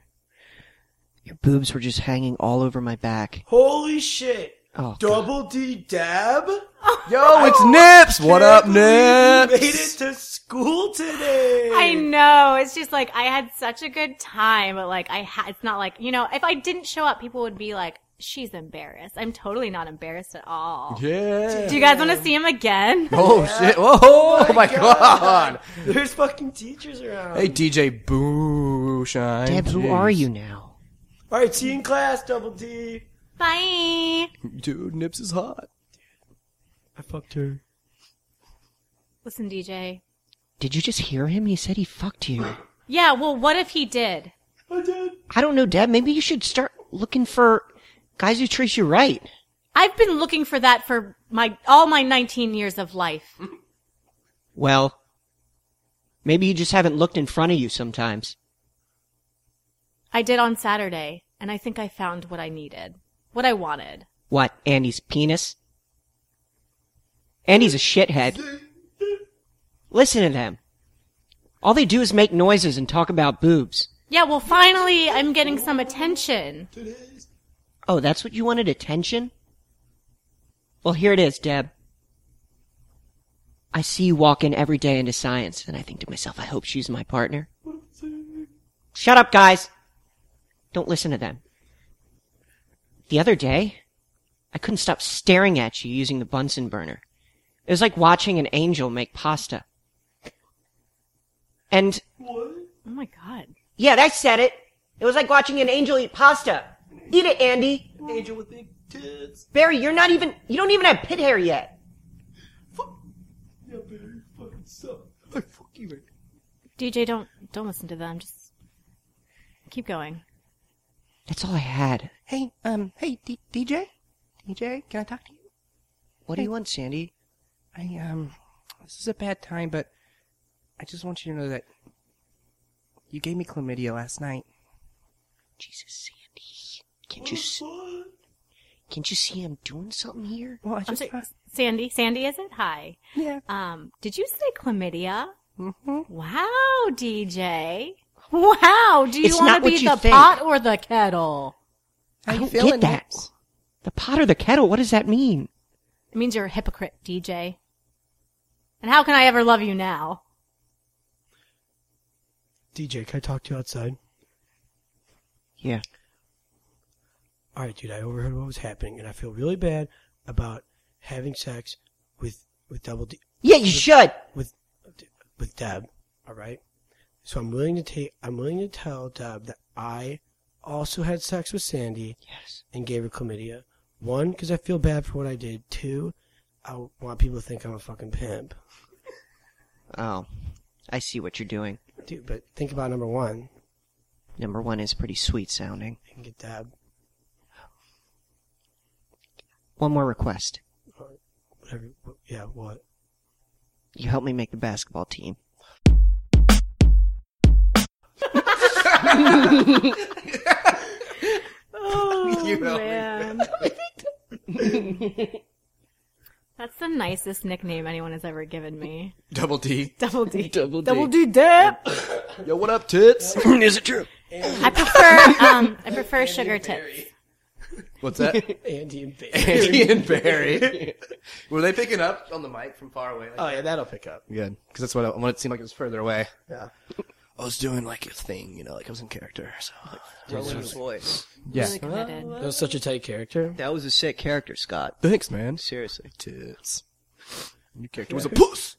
C: Your boobs were just hanging all over my back.
A: Holy shit!
C: Oh,
A: Double D dab?
B: Yo, it's Nips. What up, Nips?
A: to school today!
D: I know. It's just like I had such a good time, but like I ha- it's not like, you know, if I didn't show up, people would be like, she's embarrassed. I'm totally not embarrassed at all.
B: Yeah.
D: Do you guys want to see him again?
B: Oh shit! Whoa! Oh my god!
A: There's fucking teachers around.
B: Hey DJ Booshine.
G: Debs, who
B: Jeez.
G: are you now?
A: All right, see you in class, Double D.
D: Bye.
B: Dude, Nips is hot.
A: I fucked her.
D: Listen, DJ.
C: Did you just hear him? He said he fucked you.
D: Yeah, well, what if he did?
A: I did.
C: I don't know, Deb. Maybe you should start looking for guys who treat you right.
D: I've been looking for that for my all my 19 years of life.
C: Well, maybe you just haven't looked in front of you sometimes.
D: I did on Saturday, and I think I found what I needed, what I wanted.
C: What, Andy's penis? Andy's a shithead. Listen to them. All they do is make noises and talk about boobs.
D: Yeah, well, finally, I'm getting some attention.
C: Oh, that's what you wanted attention? Well, here it is, Deb. I see you walk in every day into science, and I think to myself, I hope she's my partner. Shut up, guys! Don't listen to them. The other day, I couldn't stop staring at you using the Bunsen burner. It was like watching an angel make pasta. And,
D: Oh my god.
C: yeah, I said it. It was like watching an angel eat pasta. Eat it, Andy.
A: Angel with big tits.
C: Barry, you're not even. You don't even have pit hair yet.
A: Yeah, baby, you fucking suck. I fuck you, man.
D: DJ, don't don't listen to them. Just keep going.
C: That's all I had.
G: Hey, um, hey, D- DJ, DJ, can I talk to you?
C: What do you want, Sandy?
G: I um, this is a bad time, but I just want you to know that you gave me chlamydia last night.
C: Jesus, Sandy. Can't you. s- Can't you see I'm doing something here?
G: Well, I
D: I'm sorry, Sandy. Sandy, is it? Hi.
G: yeah.
D: Um, did you say chlamydia? Mm-hmm. Wow, DJ. Wow. Do you
C: It's
D: want
C: not
D: to
C: what
D: be
C: you
D: the
C: think.
D: pot or the kettle?
C: I don't get that. The pot or the kettle? What does that mean?
D: It means you're a hypocrite, DJ. And how can I ever love you now?
A: DJ, can I talk to you outside?
C: Yeah.
A: All right, dude, I overheard what was happening, and I feel really bad about having sex with with Double D
C: Yeah, you should.
A: with with Deb. All right, so I'm willing to take. I'm willing to tell Deb that I also had sex with Sandy.
C: Yes.
A: and gave her chlamydia. One, because I feel bad for what I did. Two, I want people to think I'm a fucking pimp.
C: Oh, I see what you're doing.
A: Dude, but think about number one.
C: Number one is pretty sweet sounding.
A: I can get that.
C: One more request.
A: Whatever. Yeah, what?
C: You help me make the basketball team.
G: [LAUGHS]
D: Oh, man. That's the nicest nickname anyone has ever given me.
B: Double D.
D: Double
B: [LAUGHS]
D: D.
B: Double D.
D: Double D dip.
B: Yo, what up, [LAUGHS] tits?
G: is it true?
D: I prefer um I prefer sugar tips.
B: What's [LAUGHS] that?
A: Andy and
D: [LAUGHS]
A: Barry.
B: Andy and Barry. Were they picking up on the mic from far away? Like,
A: Oh, yeah, that'll pick up.
B: Good, because that's what I, I wanted. It seemed like it was further away.
A: Yeah.
B: I was doing like a thing, you know, like I was in character. So
C: voice.
B: yeah,
D: Really committed.
A: That was such a tight character.
C: That was a sick character, Scott.
B: thanks, man.
C: Seriously.
B: Tits. Your character was a puss.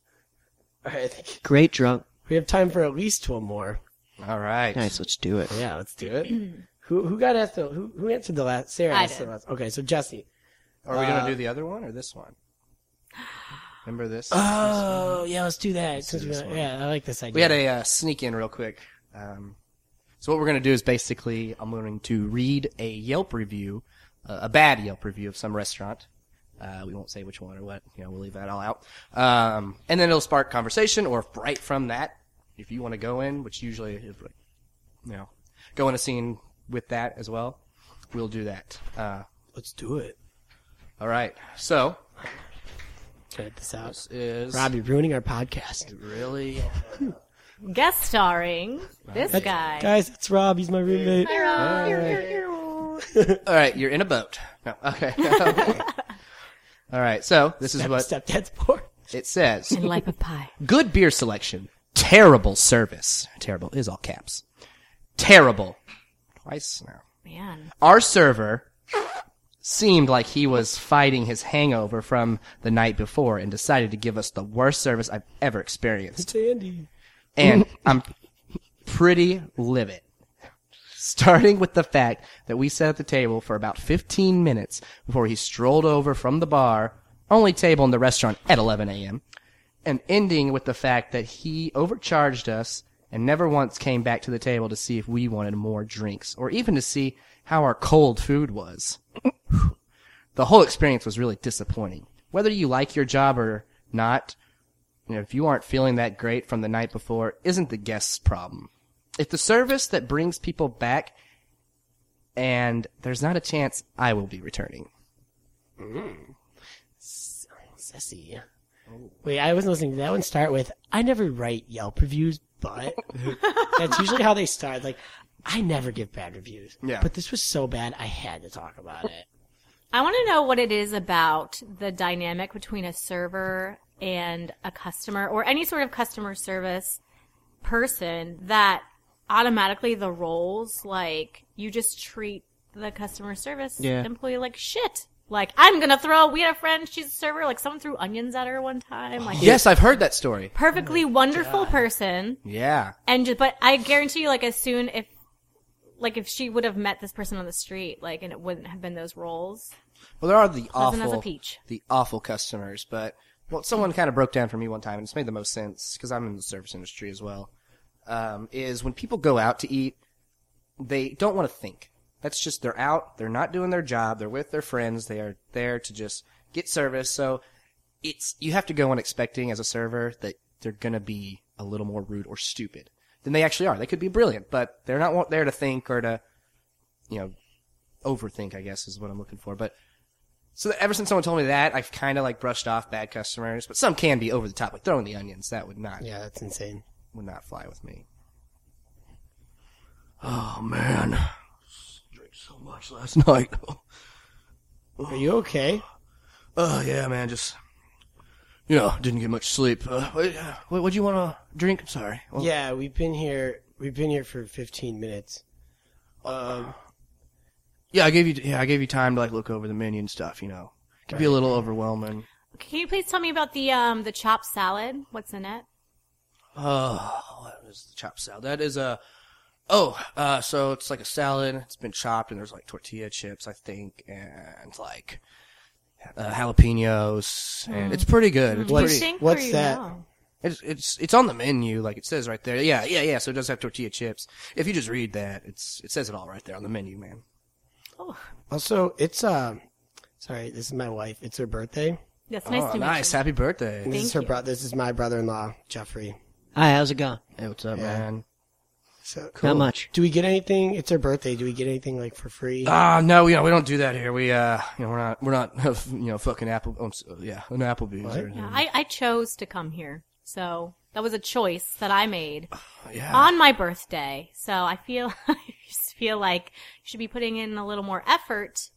A: All right, I think
C: Great drunk.
A: we have time for at least one more.
B: All right.
C: Nice, let's do it.
A: Yeah, let's do it. [CLEARS THROAT] who who got asked? The, who who answered the last? Sarah
D: I
A: asked
D: did.
A: the last. Okay, so Jesse.
B: Are we gonna do the other one or this one? Remember this?
A: Oh yeah, let's do that. Since we're not, yeah, I like this idea.
B: We had a uh, sneak in real quick. Um, so what we're going to do is basically I'm going to read a Yelp review, uh, a bad Yelp review of some restaurant. Uh, we won't say which one or what. You know, we'll leave that all out. Um, and then it'll spark conversation, or if right from that, if you want to go in, which usually is like, you know, go in a scene with that as well, we'll do that. Uh,
A: Let's do it.
B: all right. So
A: Edit this out.
B: this is
A: Rob, you're ruining our podcast.
B: really
D: Guest starring this guy.
A: Guys, it's Rob. He's my roommate.
B: all right. You're in a boat. No, okay. [LAUGHS] all right. So this is
A: Step-
B: what
A: stepdad's poor.
B: It says,
D: In life of pie.
B: good beer selection, terrible service. Terrible is all caps. Terrible. Twice now.
D: Man.
B: Our server seemed like he was fighting his hangover from the night before and decided to give us the worst service I've ever
A: It's
B: experienced.
A: Andy.
B: and I'm pretty livid. Starting with the fact that we sat at the table for about 15 minutes before he strolled over from the bar, only table in the restaurant at 11 a.m., and ending with the fact that he overcharged us and never once came back to the table to see if we wanted more drinks or even to see how our cold food was. the whole experience was really disappointing. Whether you like your job or not, you know, if you aren't feeling that great from the night before, isn't the guest's problem. If the service that brings people back and there's not a chance I will be returning.
A: Sissy. Wait, I wasn't listening to that one start with I never write Yelp reviews, [LAUGHS] but that's usually how they start. Like, I never give bad reviews.
B: Yeah.
A: But this was so bad I had to talk about it.
D: I want to know what it is about the dynamic between a server and a customer or any sort of customer service person that automatically the roles like you just treat the customer service
C: Yeah.
D: employee like shit. Like I'm gonna throw. We had a friend. She's a server. Like someone threw onions at her one time. Like
B: Yes, I've heard that story.
D: perfectly wonderful person.
B: Yeah.
D: And just, but I guarantee you, like as soon if, like if she would have met this person on the street, like and it wouldn't have been those roles.
B: Well, there are the
D: Pleasant as a
B: awful,
D: peach.
B: the awful customers, but well, someone kind of broke down for me one time, and it's made the most sense because I'm in the service industry as well. Um, is when people go out to eat, they don't want to think. That's just they're out, they're not doing their job, they're with their friends, they are there to just get service. So it's you have to go in expecting as a server that they're gonna be a little more rude or stupid than they actually are. They could be brilliant, but they're not wa- there to think or to, you know, overthink. I guess is what I'm looking for, but. So that ever since someone told me that, I've kind of like brushed off bad customers, but some can be over the top, like throwing the onions. That would not
A: Yeah, that's insane.
B: would not fly with me. Oh man, drank so much last [LAUGHS] night.
A: Are you okay?
B: Oh yeah, man, just you know, didn't get much sleep. Uh, what would you want to drink? I'm sorry. Well,
A: Yeah, we've been here. We've been here for 15 minutes. Um,
B: yeah, I gave you yeah, I gave you time to like look over the menu and stuff. You know, it can be a little overwhelming.
D: Can you please tell me about the um the chopped salad? What's in it?
B: Oh, that is the chopped salad. That is a. Oh, uh, so it's like a salad. It's been chopped, and there's like tortilla chips, I think, and like uh, jalapenos, and it's pretty good. It's
D: Do you
B: pretty.
D: think
A: what's
D: or you
A: that?
D: know?
B: It's it's it's on the menu, like it says right there. Yeah, yeah, yeah. So it does have tortilla chips. If you just read that, it's it says it all right there on the menu, man.
A: also, it's um, sorry, this is my wife. It's her birthday.
D: That's nice
B: oh,
D: to meet
B: nice.
D: you.
B: Happy birthday.
A: This
D: Thank
A: is her
D: you.
A: brother. This is my brother-in-law, Jeffrey.
E: Hi, how's it going?
B: Hey, what's up, man?
A: So
E: Not much.
A: Do we get anything? It's her birthday. Do we get anything like for free?
B: Ah, no, you know, we don't do that here. We, uh, you know, we're not, we're not, [LAUGHS] you know, fucking Apple, um, s- yeah, an Applebee's
A: What?
B: or anything.
D: Yeah, I, I chose to come here, so that was a choice that I made
B: Uh-huh. Yeah.
D: on my birthday. So I feel [LAUGHS] I just feel like you should be putting in a little more effort.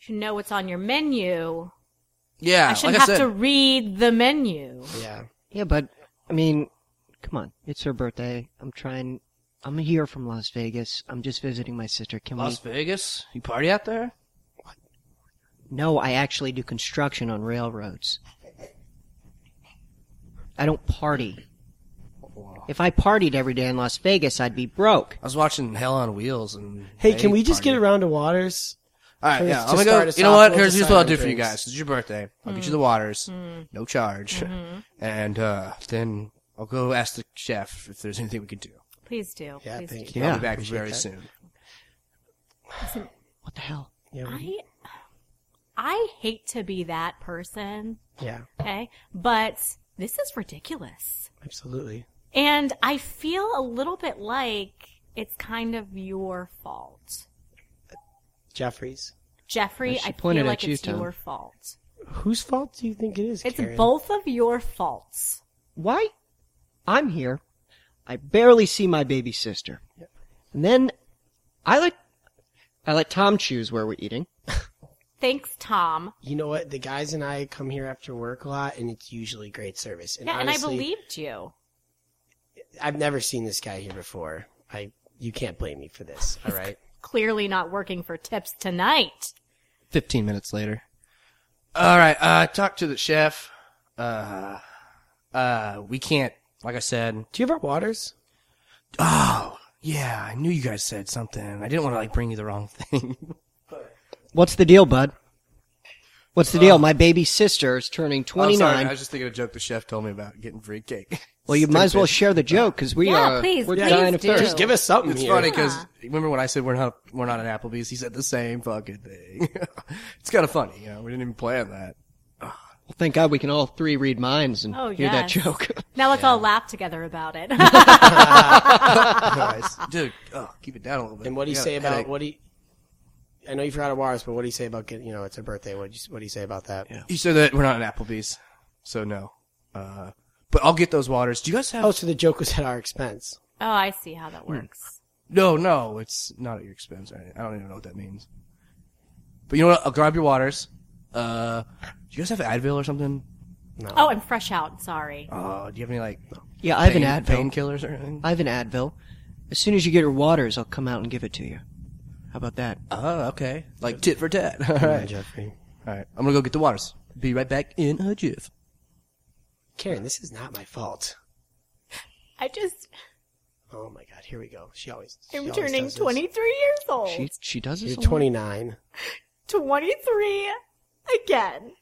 D: You should know what's on your menu.
B: Yeah,
D: I shouldn't
B: like I
D: have
B: said,
D: to read the menu.
A: yeah.
E: Yeah, but I mean, come on, it's her birthday. I'm trying. I'm here from Las Vegas. I'm just visiting my sister. Can
B: Las Vegas. You party out there?
E: we? No, I actually do construction on railroads. I don't party. If I partied every day in Las Vegas, I'd be broke.
B: I was watching Hell on Wheels and.
A: Hey,
B: they
A: can we just
B: party.
A: get around to waters?
B: All right,
A: Let's
B: yeah.
A: just
B: I'm gonna
A: start
B: go.
A: us
B: You know
A: off
B: what?
A: with
B: Here's,
A: the Mm-hmm.
B: here's what I'll do
A: cider
B: for you
A: drinks.
B: guys. It's your birthday. I'll get you the waters, no charge,
A: Mm-hmm.
B: and uh, then I'll go ask the chef if there's anything we could do.
D: Please do.
A: Yeah,
D: please
A: thank
D: do.
A: you.
B: I'll be back
A: appreciate
B: very
A: that.
B: soon.
E: What the hell?
A: Yeah, we-
D: I I hate to be that person.
A: yeah,
D: Okay, but this is ridiculous.
A: absolutely.
D: And I feel a little bit like it's kind of your fault.
A: Jeffries.
D: Jeffrey,
C: She
D: I
C: pointed
D: feel like
C: at you,
D: it's
C: Tom.
D: your fault.
A: Whose fault do you think it is?
D: It's
A: Karen?
D: both of your faults.
E: Why? I'm here. I barely see my baby sister. And then I let I let Tom choose where we're eating.
D: Thanks, Tom.
A: You know what? The guys and I come here after work a lot, and it's usually great service. And
D: Yeah, and I
A: honestly,
D: believed you.
A: I've never seen this guy here before.
D: [LAUGHS]
A: [LAUGHS] I you can't blame me for this. All right.
D: Clearly not working for tips tonight.
B: 15 minutes later. All right, uh, talk to the chef. Uh, uh, we can't, like I said.
A: Do you have our waters?
B: Oh, yeah, I knew you guys said something. I didn't want to, like, bring you the wrong [LAUGHS] thing.
C: What's the deal, bud? What's the deal? My baby sister is turning
B: Uh, I'm Oh, sorry,
C: 29.
B: I was just thinking of a joke the chef told me about getting free cake.
C: well, you might as well
B: Stupid. Uh,
C: share the joke because we
D: Yeah,
C: are
D: please,
C: we're
D: please
C: dying of
D: do.
C: thirst.
D: Just
A: Give us something.
B: It's
A: here.
B: funny because remember when I said we're not we're not at Applebee's? He said the same fucking thing. [LAUGHS] it's kind of funny, you know. We didn't even plan
C: [LAUGHS]
B: that.
C: Thank God we can all three read minds and
D: Oh,
C: hear that
D: yes. [LAUGHS]
C: joke.
D: Now let's all laugh together
A: [LAUGHS]
D: about it. Oh,
B: Guys, dude, oh, keep it down a little bit.
A: And what do you
B: I got
A: say
B: a
A: about
B: headache.
A: what do you? I know you forgot our waters, but what do you say about getting? You know, it's her birthday. What do you, what do you say about that?
B: He said that we're not at Applebee's, so no. Uh, but I'll get those waters. Do you guys have?
A: Oh, so the joke was at our expense.
D: oh, I see how
C: Hmm.
D: that works.
B: No, no, it's not at your expense. I I don't even know what that means. But you know what? I'll grab your waters. Uh, do you guys have Advil or something?
D: Oh, I'm fresh out. Sorry.
B: Uh, do you have any like
C: Yeah, I have
B: pain,
C: an Advil.
B: painkillers or anything?
C: I have an Advil. As soon as you get your waters, I'll come out and give it to you. How about that?
B: Oh, okay. Like tit for tat. [LAUGHS] All right.
A: Jeffrey,
B: All right. I'm gonna go get the waters. Be right back in a jiff.
A: Karen, this is not my fault.
D: I just,
A: Oh my God, here we go. She always. she
D: I'm
A: always
D: turning
A: does this.
D: 23 years old.
C: She she does this.
A: You're
C: a lot.
A: 29.
D: 23 again.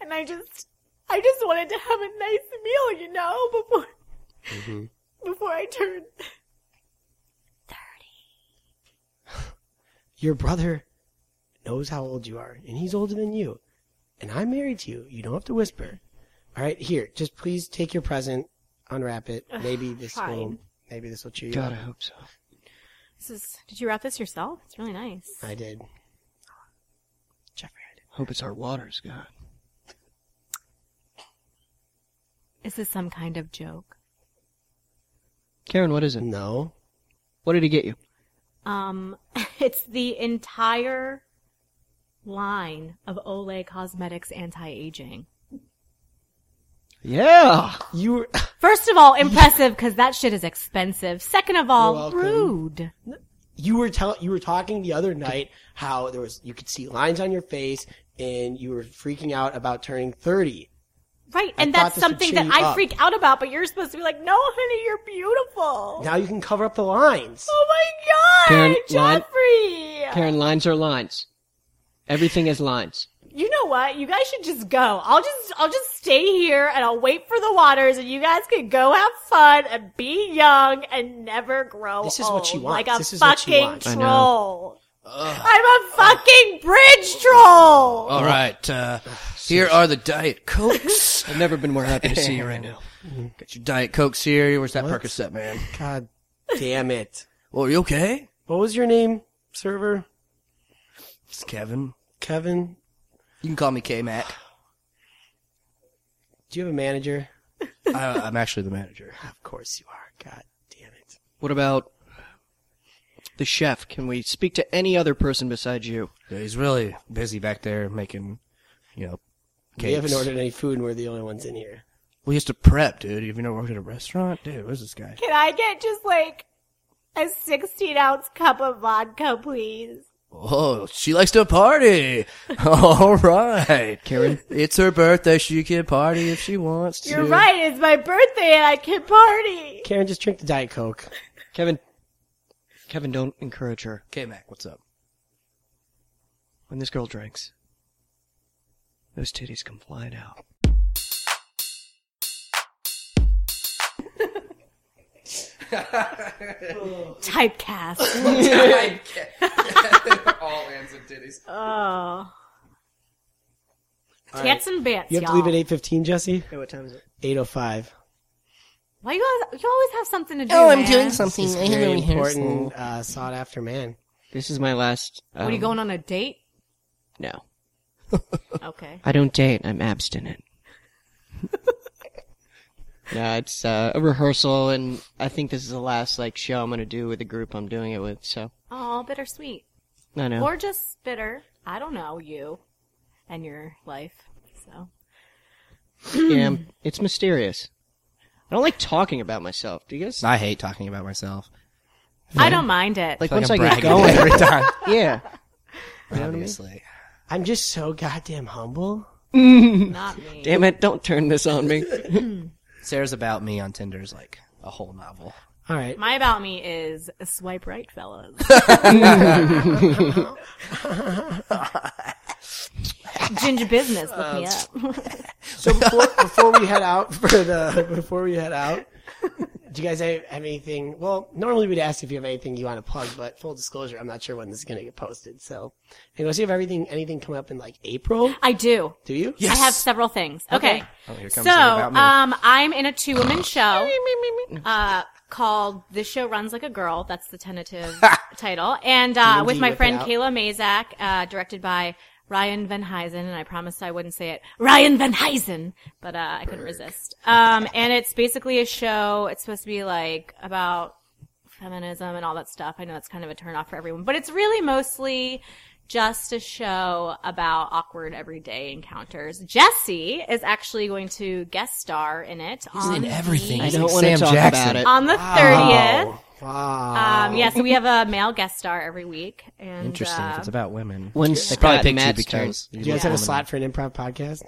D: And I just, I just wanted to have a nice meal, you know, before, before I turn.
A: Your brother knows how old you are, and he's older than you. And I'm married to you. You don't have to whisper. All right, here, just please take your present, unwrap it. Maybe this will.
D: fine.
A: Maybe this will cheer you
C: God, I
A: up.
C: hope so.
D: This is, did you wrap this yourself? It's really nice.
A: I did. Jeffrey, I did.
C: Hope it's our waters, God.
D: Is this some kind of joke?
C: Karen, what is it?
A: No.
C: What did he get you?
D: Um, [LAUGHS] it's the entire line of Olay Cosmetics anti-aging.
C: Yeah.
A: You were. [LAUGHS]
D: First of all, impressive because that shit is expensive. Second of all,
A: welcome.
D: rude.
A: you were tell you were talking the other night how there was you could see lines on your face and you were freaking out about turning 30
D: Right,
A: I
D: and
A: thought
D: that's
A: this would
D: something
A: cheer
D: that
A: you
D: I
A: up.
D: freak out about, but you're supposed to be like, no, honey, you're beautiful.
A: now you can cover up the lines
D: Oh my god,
C: Karen, line-
D: Jeffrey!
C: Karen, lines are lines. Everything is lines.
D: You know what? You guys should just go. I'll just, I'll just stay here and I'll wait for the waters, and you guys can go have fun and be young and never grow
A: This is what she
D: old
A: wants.
D: Like a
A: This is what she
D: fucking
A: wants. I
C: know.
D: troll. I'm a fucking bridge troll.
B: All right. Uh, here are the diet cokes. [LAUGHS]
C: I've never been more happy to see you right now.
B: Got your diet cokes here. Where's that Percocet, man?
A: god damn it
B: Well, are you okay?
A: what was your name server
B: It's Kevin.
A: kevin
B: You can call me K [LAUGHS] Mac.
A: do you have a manager
B: I'm actually the manager.
A: of course you are god damn it
C: What about the chef? Can we speak to any other person besides you?
B: Yeah, he's really busy back there making, you know, cakes.
A: we haven't ordered any food and we're the only ones in here
B: We used to prep, dude. Have you never worked at a restaurant, dude? Where's this guy?
D: Can I get just like a 16 ounce cup of vodka, please?
B: Oh, she likes to party. [LAUGHS] All right, Karen. It's her birthday. She can party if she wants to.
D: You're right, it's my birthday and I can party.
A: karen just drink the diet coke
C: Kevin. Kevin, don't encourage her.
B: K Mac, what's up?
C: When this girl drinks, those titties come flying out.
D: Typecast.
B: All hands and titties.
D: oh. Tits and bits,
A: you have
D: all
A: to leave at 8.15 jesse
C: Hey, what time is it?
A: 8.05
D: Why you always, you always have something to do?
E: Oh, I'm
D: man.
E: doing something. I have a
C: oh
A: very
E: rehearsal.
A: important uh, sought after man
E: This is my last. Um,
D: What are you going on a date?
E: No,
D: [LAUGHS] Okay.
E: I don't date. I'm abstinent.
C: No, it's uh, a rehearsal, and I think this is the last like show I'm gonna do with the group I'm doing it with. So
D: Oh, bittersweet.
C: I know.
D: Or just bitter. I don't know, you and your life. So.
C: Yeah, it's mysterious. I don't like talking about myself. Do you guys?
B: I hate talking about myself.
D: I don't mind it.
C: Like
B: I
C: once
B: feel
C: I
B: like I'm
A: [LAUGHS]
B: bragging
C: get going,
B: every time.
C: yeah.
B: Obviously,
A: I'm just so goddamn humble.
D: Not me.
E: Damn it, don't turn this
B: [LAUGHS]
E: on me.
B: Sarah's about me on Tinder is like a whole novel.
A: All right.
D: My about me is swipe right, fellas. Ginger business, look me up.
C: [LAUGHS]
A: So before, before we head out for the before we head out, do you guys have have anything? Well, normally we'd ask if you have anything you want to plug, but full disclosure, I'm not sure when this is going to get posted. So, unless you have everything anything come up in like April,
D: I do.
A: do you?
D: I have several things. Okay.
B: Oh, here
D: so,
B: comes the about me.
D: um, I'm in a two woman show uh, called This Show Runs Like a Girl. That's
B: [LAUGHS]
D: the tentative title. And uh, with my
A: whip it
D: friend
A: out.
D: Kayla Mazak, uh, directed by Ryan Van Huysen. And I promised I wouldn't say it. Ryan Van Huysen. But uh, I couldn't resist. Um, and it's basically a show. It's supposed to be like about feminism and all that stuff. I know that's kind of a turnoff for everyone, but it's really mostly just a show about awkward everyday encounters. Jesse is actually going to guest star in it on
B: everything.
D: the,
E: I don't
B: like
E: want to
B: Sam
E: talk
B: Jackson.
E: about it.
D: on the
A: Wow.
D: thirtieth.
A: Wow.
D: Um, yeah, so we have a male guest star every week, and
B: Interesting.
D: uh,
B: if it's about women,
E: When's
B: they probably
E: Scott
B: picked you
E: Matt's turn?
B: because
A: do you guys have a slot for an improv podcast?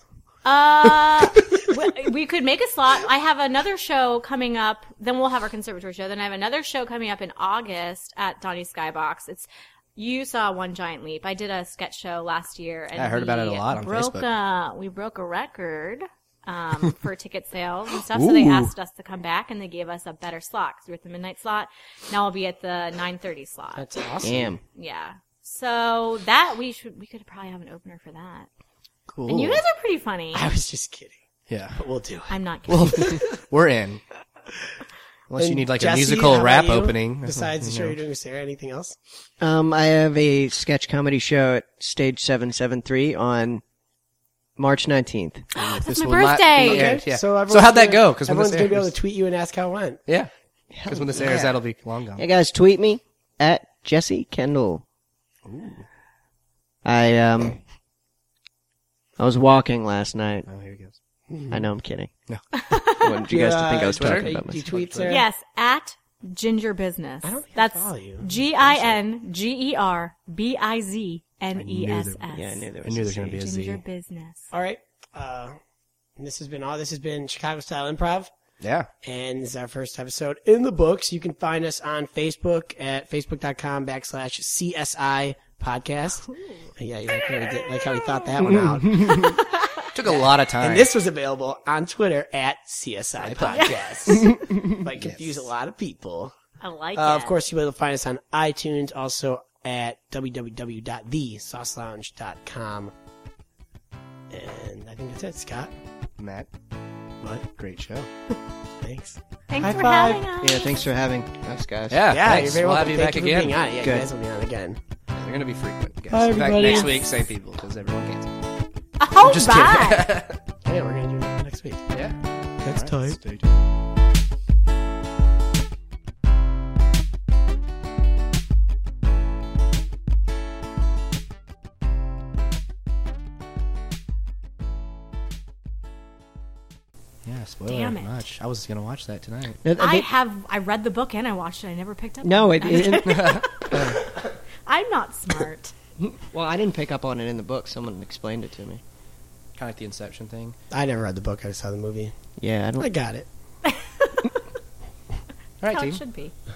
D: Uh, [LAUGHS] we- we could make a slot. I have another show coming up. Then we'll have our conservatory show. Then I have another show coming up in August at Donnie Skybox. It's you saw one giant leap. I did a sketch show last year, and
B: I heard about it a
D: we
B: lot on
D: broke A, we broke a record.
B: [LAUGHS]
D: Um, for ticket sales and stuff, so they
B: Ooh.
D: asked us to come back, and they gave us a better slot. Cause we were at the midnight slot. Now I'll be at the nine thirty slot.
A: That's awesome.
E: Damn.
D: yeah. So that we should we could probably have an opener for that.
B: Cool.
D: And you guys are pretty funny.
A: I was just kidding.
B: yeah,
A: We'll do it.
D: I'm not kidding.
B: well, we're in. Unless you
A: And
B: need like a
A: Jesse,
B: musical
A: how
B: rap
A: about you?
B: opening.
A: Besides the show you're doing with Sarah, anything else?
C: Um, I have a sketch comedy show at Stage 773 on March 19th.
B: That's
D: my birthday.
A: Okay.
B: yeah.
A: So,
B: So,
A: everyone's
B: how'd
A: gonna-
B: that go? Because when
A: everyone's
B: this
A: going to be able to
B: airs,
A: tweet you and ask how it went.
B: yeah. Because when this airs, that'll be long gone.
C: Hey guys, tweet me at Jesse Kendall. I, um, I was walking last night.
B: Oh, here he goes.
C: I know I'm kidding. [LAUGHS]
B: No.
C: I wanted you guys to think I was
B: Twitter?
C: talking about
A: Do uh, you
C: myself.
A: tweet Sarah?
D: Yes, at Ginger Business.
A: I don't think I
D: That's
A: follow you.
D: G I N G E R B I Z N E S
B: I
D: S.
C: Yeah, I knew there
B: I
C: was
B: knew
C: a
B: there's gonna
C: Z.
B: be a
D: Ginger
B: Z.
D: Business.
A: All right. Uh, and this has been all. This has been Chicago Style Improv.
B: Yeah.
A: and this is our first episode in the books. You can find us on Facebook at facebook.com backslash CSI podcast. Yeah, you like, how he did- like how he thought that one out.
B: Took a lot of time.
A: And this was available on Twitter at CSI podcast. Might confuse a lot of people.
D: I like
A: Uh,
D: it.
A: of course, you'll be able to find us on iTunes, also at www.thesaucelounge.com. And I think that's it, Scott.
B: Matt,
A: What?
B: great show.
A: Thanks.
D: Thanks
A: high
D: for
A: five.
D: having us. [LAUGHS]
C: Yeah, thanks for having us, guys.
B: Yeah,
A: Yeah,
B: thanks.
A: you're very
B: we'll
A: welcome.
B: have you
A: Thank
B: back
A: you for
B: again.
A: being on. Yeah,
C: Good.
A: you guys will be on again.
B: They're gonna be frequent. Guys.
A: Bye,
B: In fact,
A: everybody.
B: next
A: Yes.
B: week, same people because everyone cancels.
D: Oh,
B: Just
D: bye.
B: [LAUGHS] kidding.
A: Yeah, we're gonna do it next week.
B: yeah.
A: That's
B: All right,
A: tight.
B: stay tuned. Yeah, spoiler
D: Damn it.
B: much. I was gonna watch that tonight.
C: No,
D: I
C: they-
D: have. I read the book and I watched it. I never picked up.
C: no,
D: on
C: it, it-
B: [LAUGHS]
D: I'm not smart.
C: well, I didn't pick up on it in the book. Someone explained it to me.
B: Kind of like the Inception thing.
A: I never read the book. I just saw the movie.
C: Yeah, I
A: I
C: don't.
A: got it.
B: All right,
D: How it
B: team.
D: should be.
A: All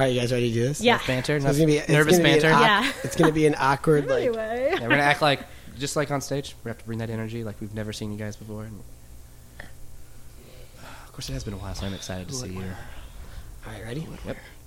A: right, you guys ready to do this?
D: Yeah.
B: Banter.
A: So it's gonna be it's
B: nervous
A: gonna be an
B: banter.
A: awk-
D: Yeah.
A: It's gonna be an awkward like.
D: [LAUGHS] Anyway.
B: Yeah, we're gonna act like just like on stage. We have to bring that energy like we've never seen you guys before. And of course, it has been a while, so I'm excited to see you.
A: All right, ready?
B: Yep.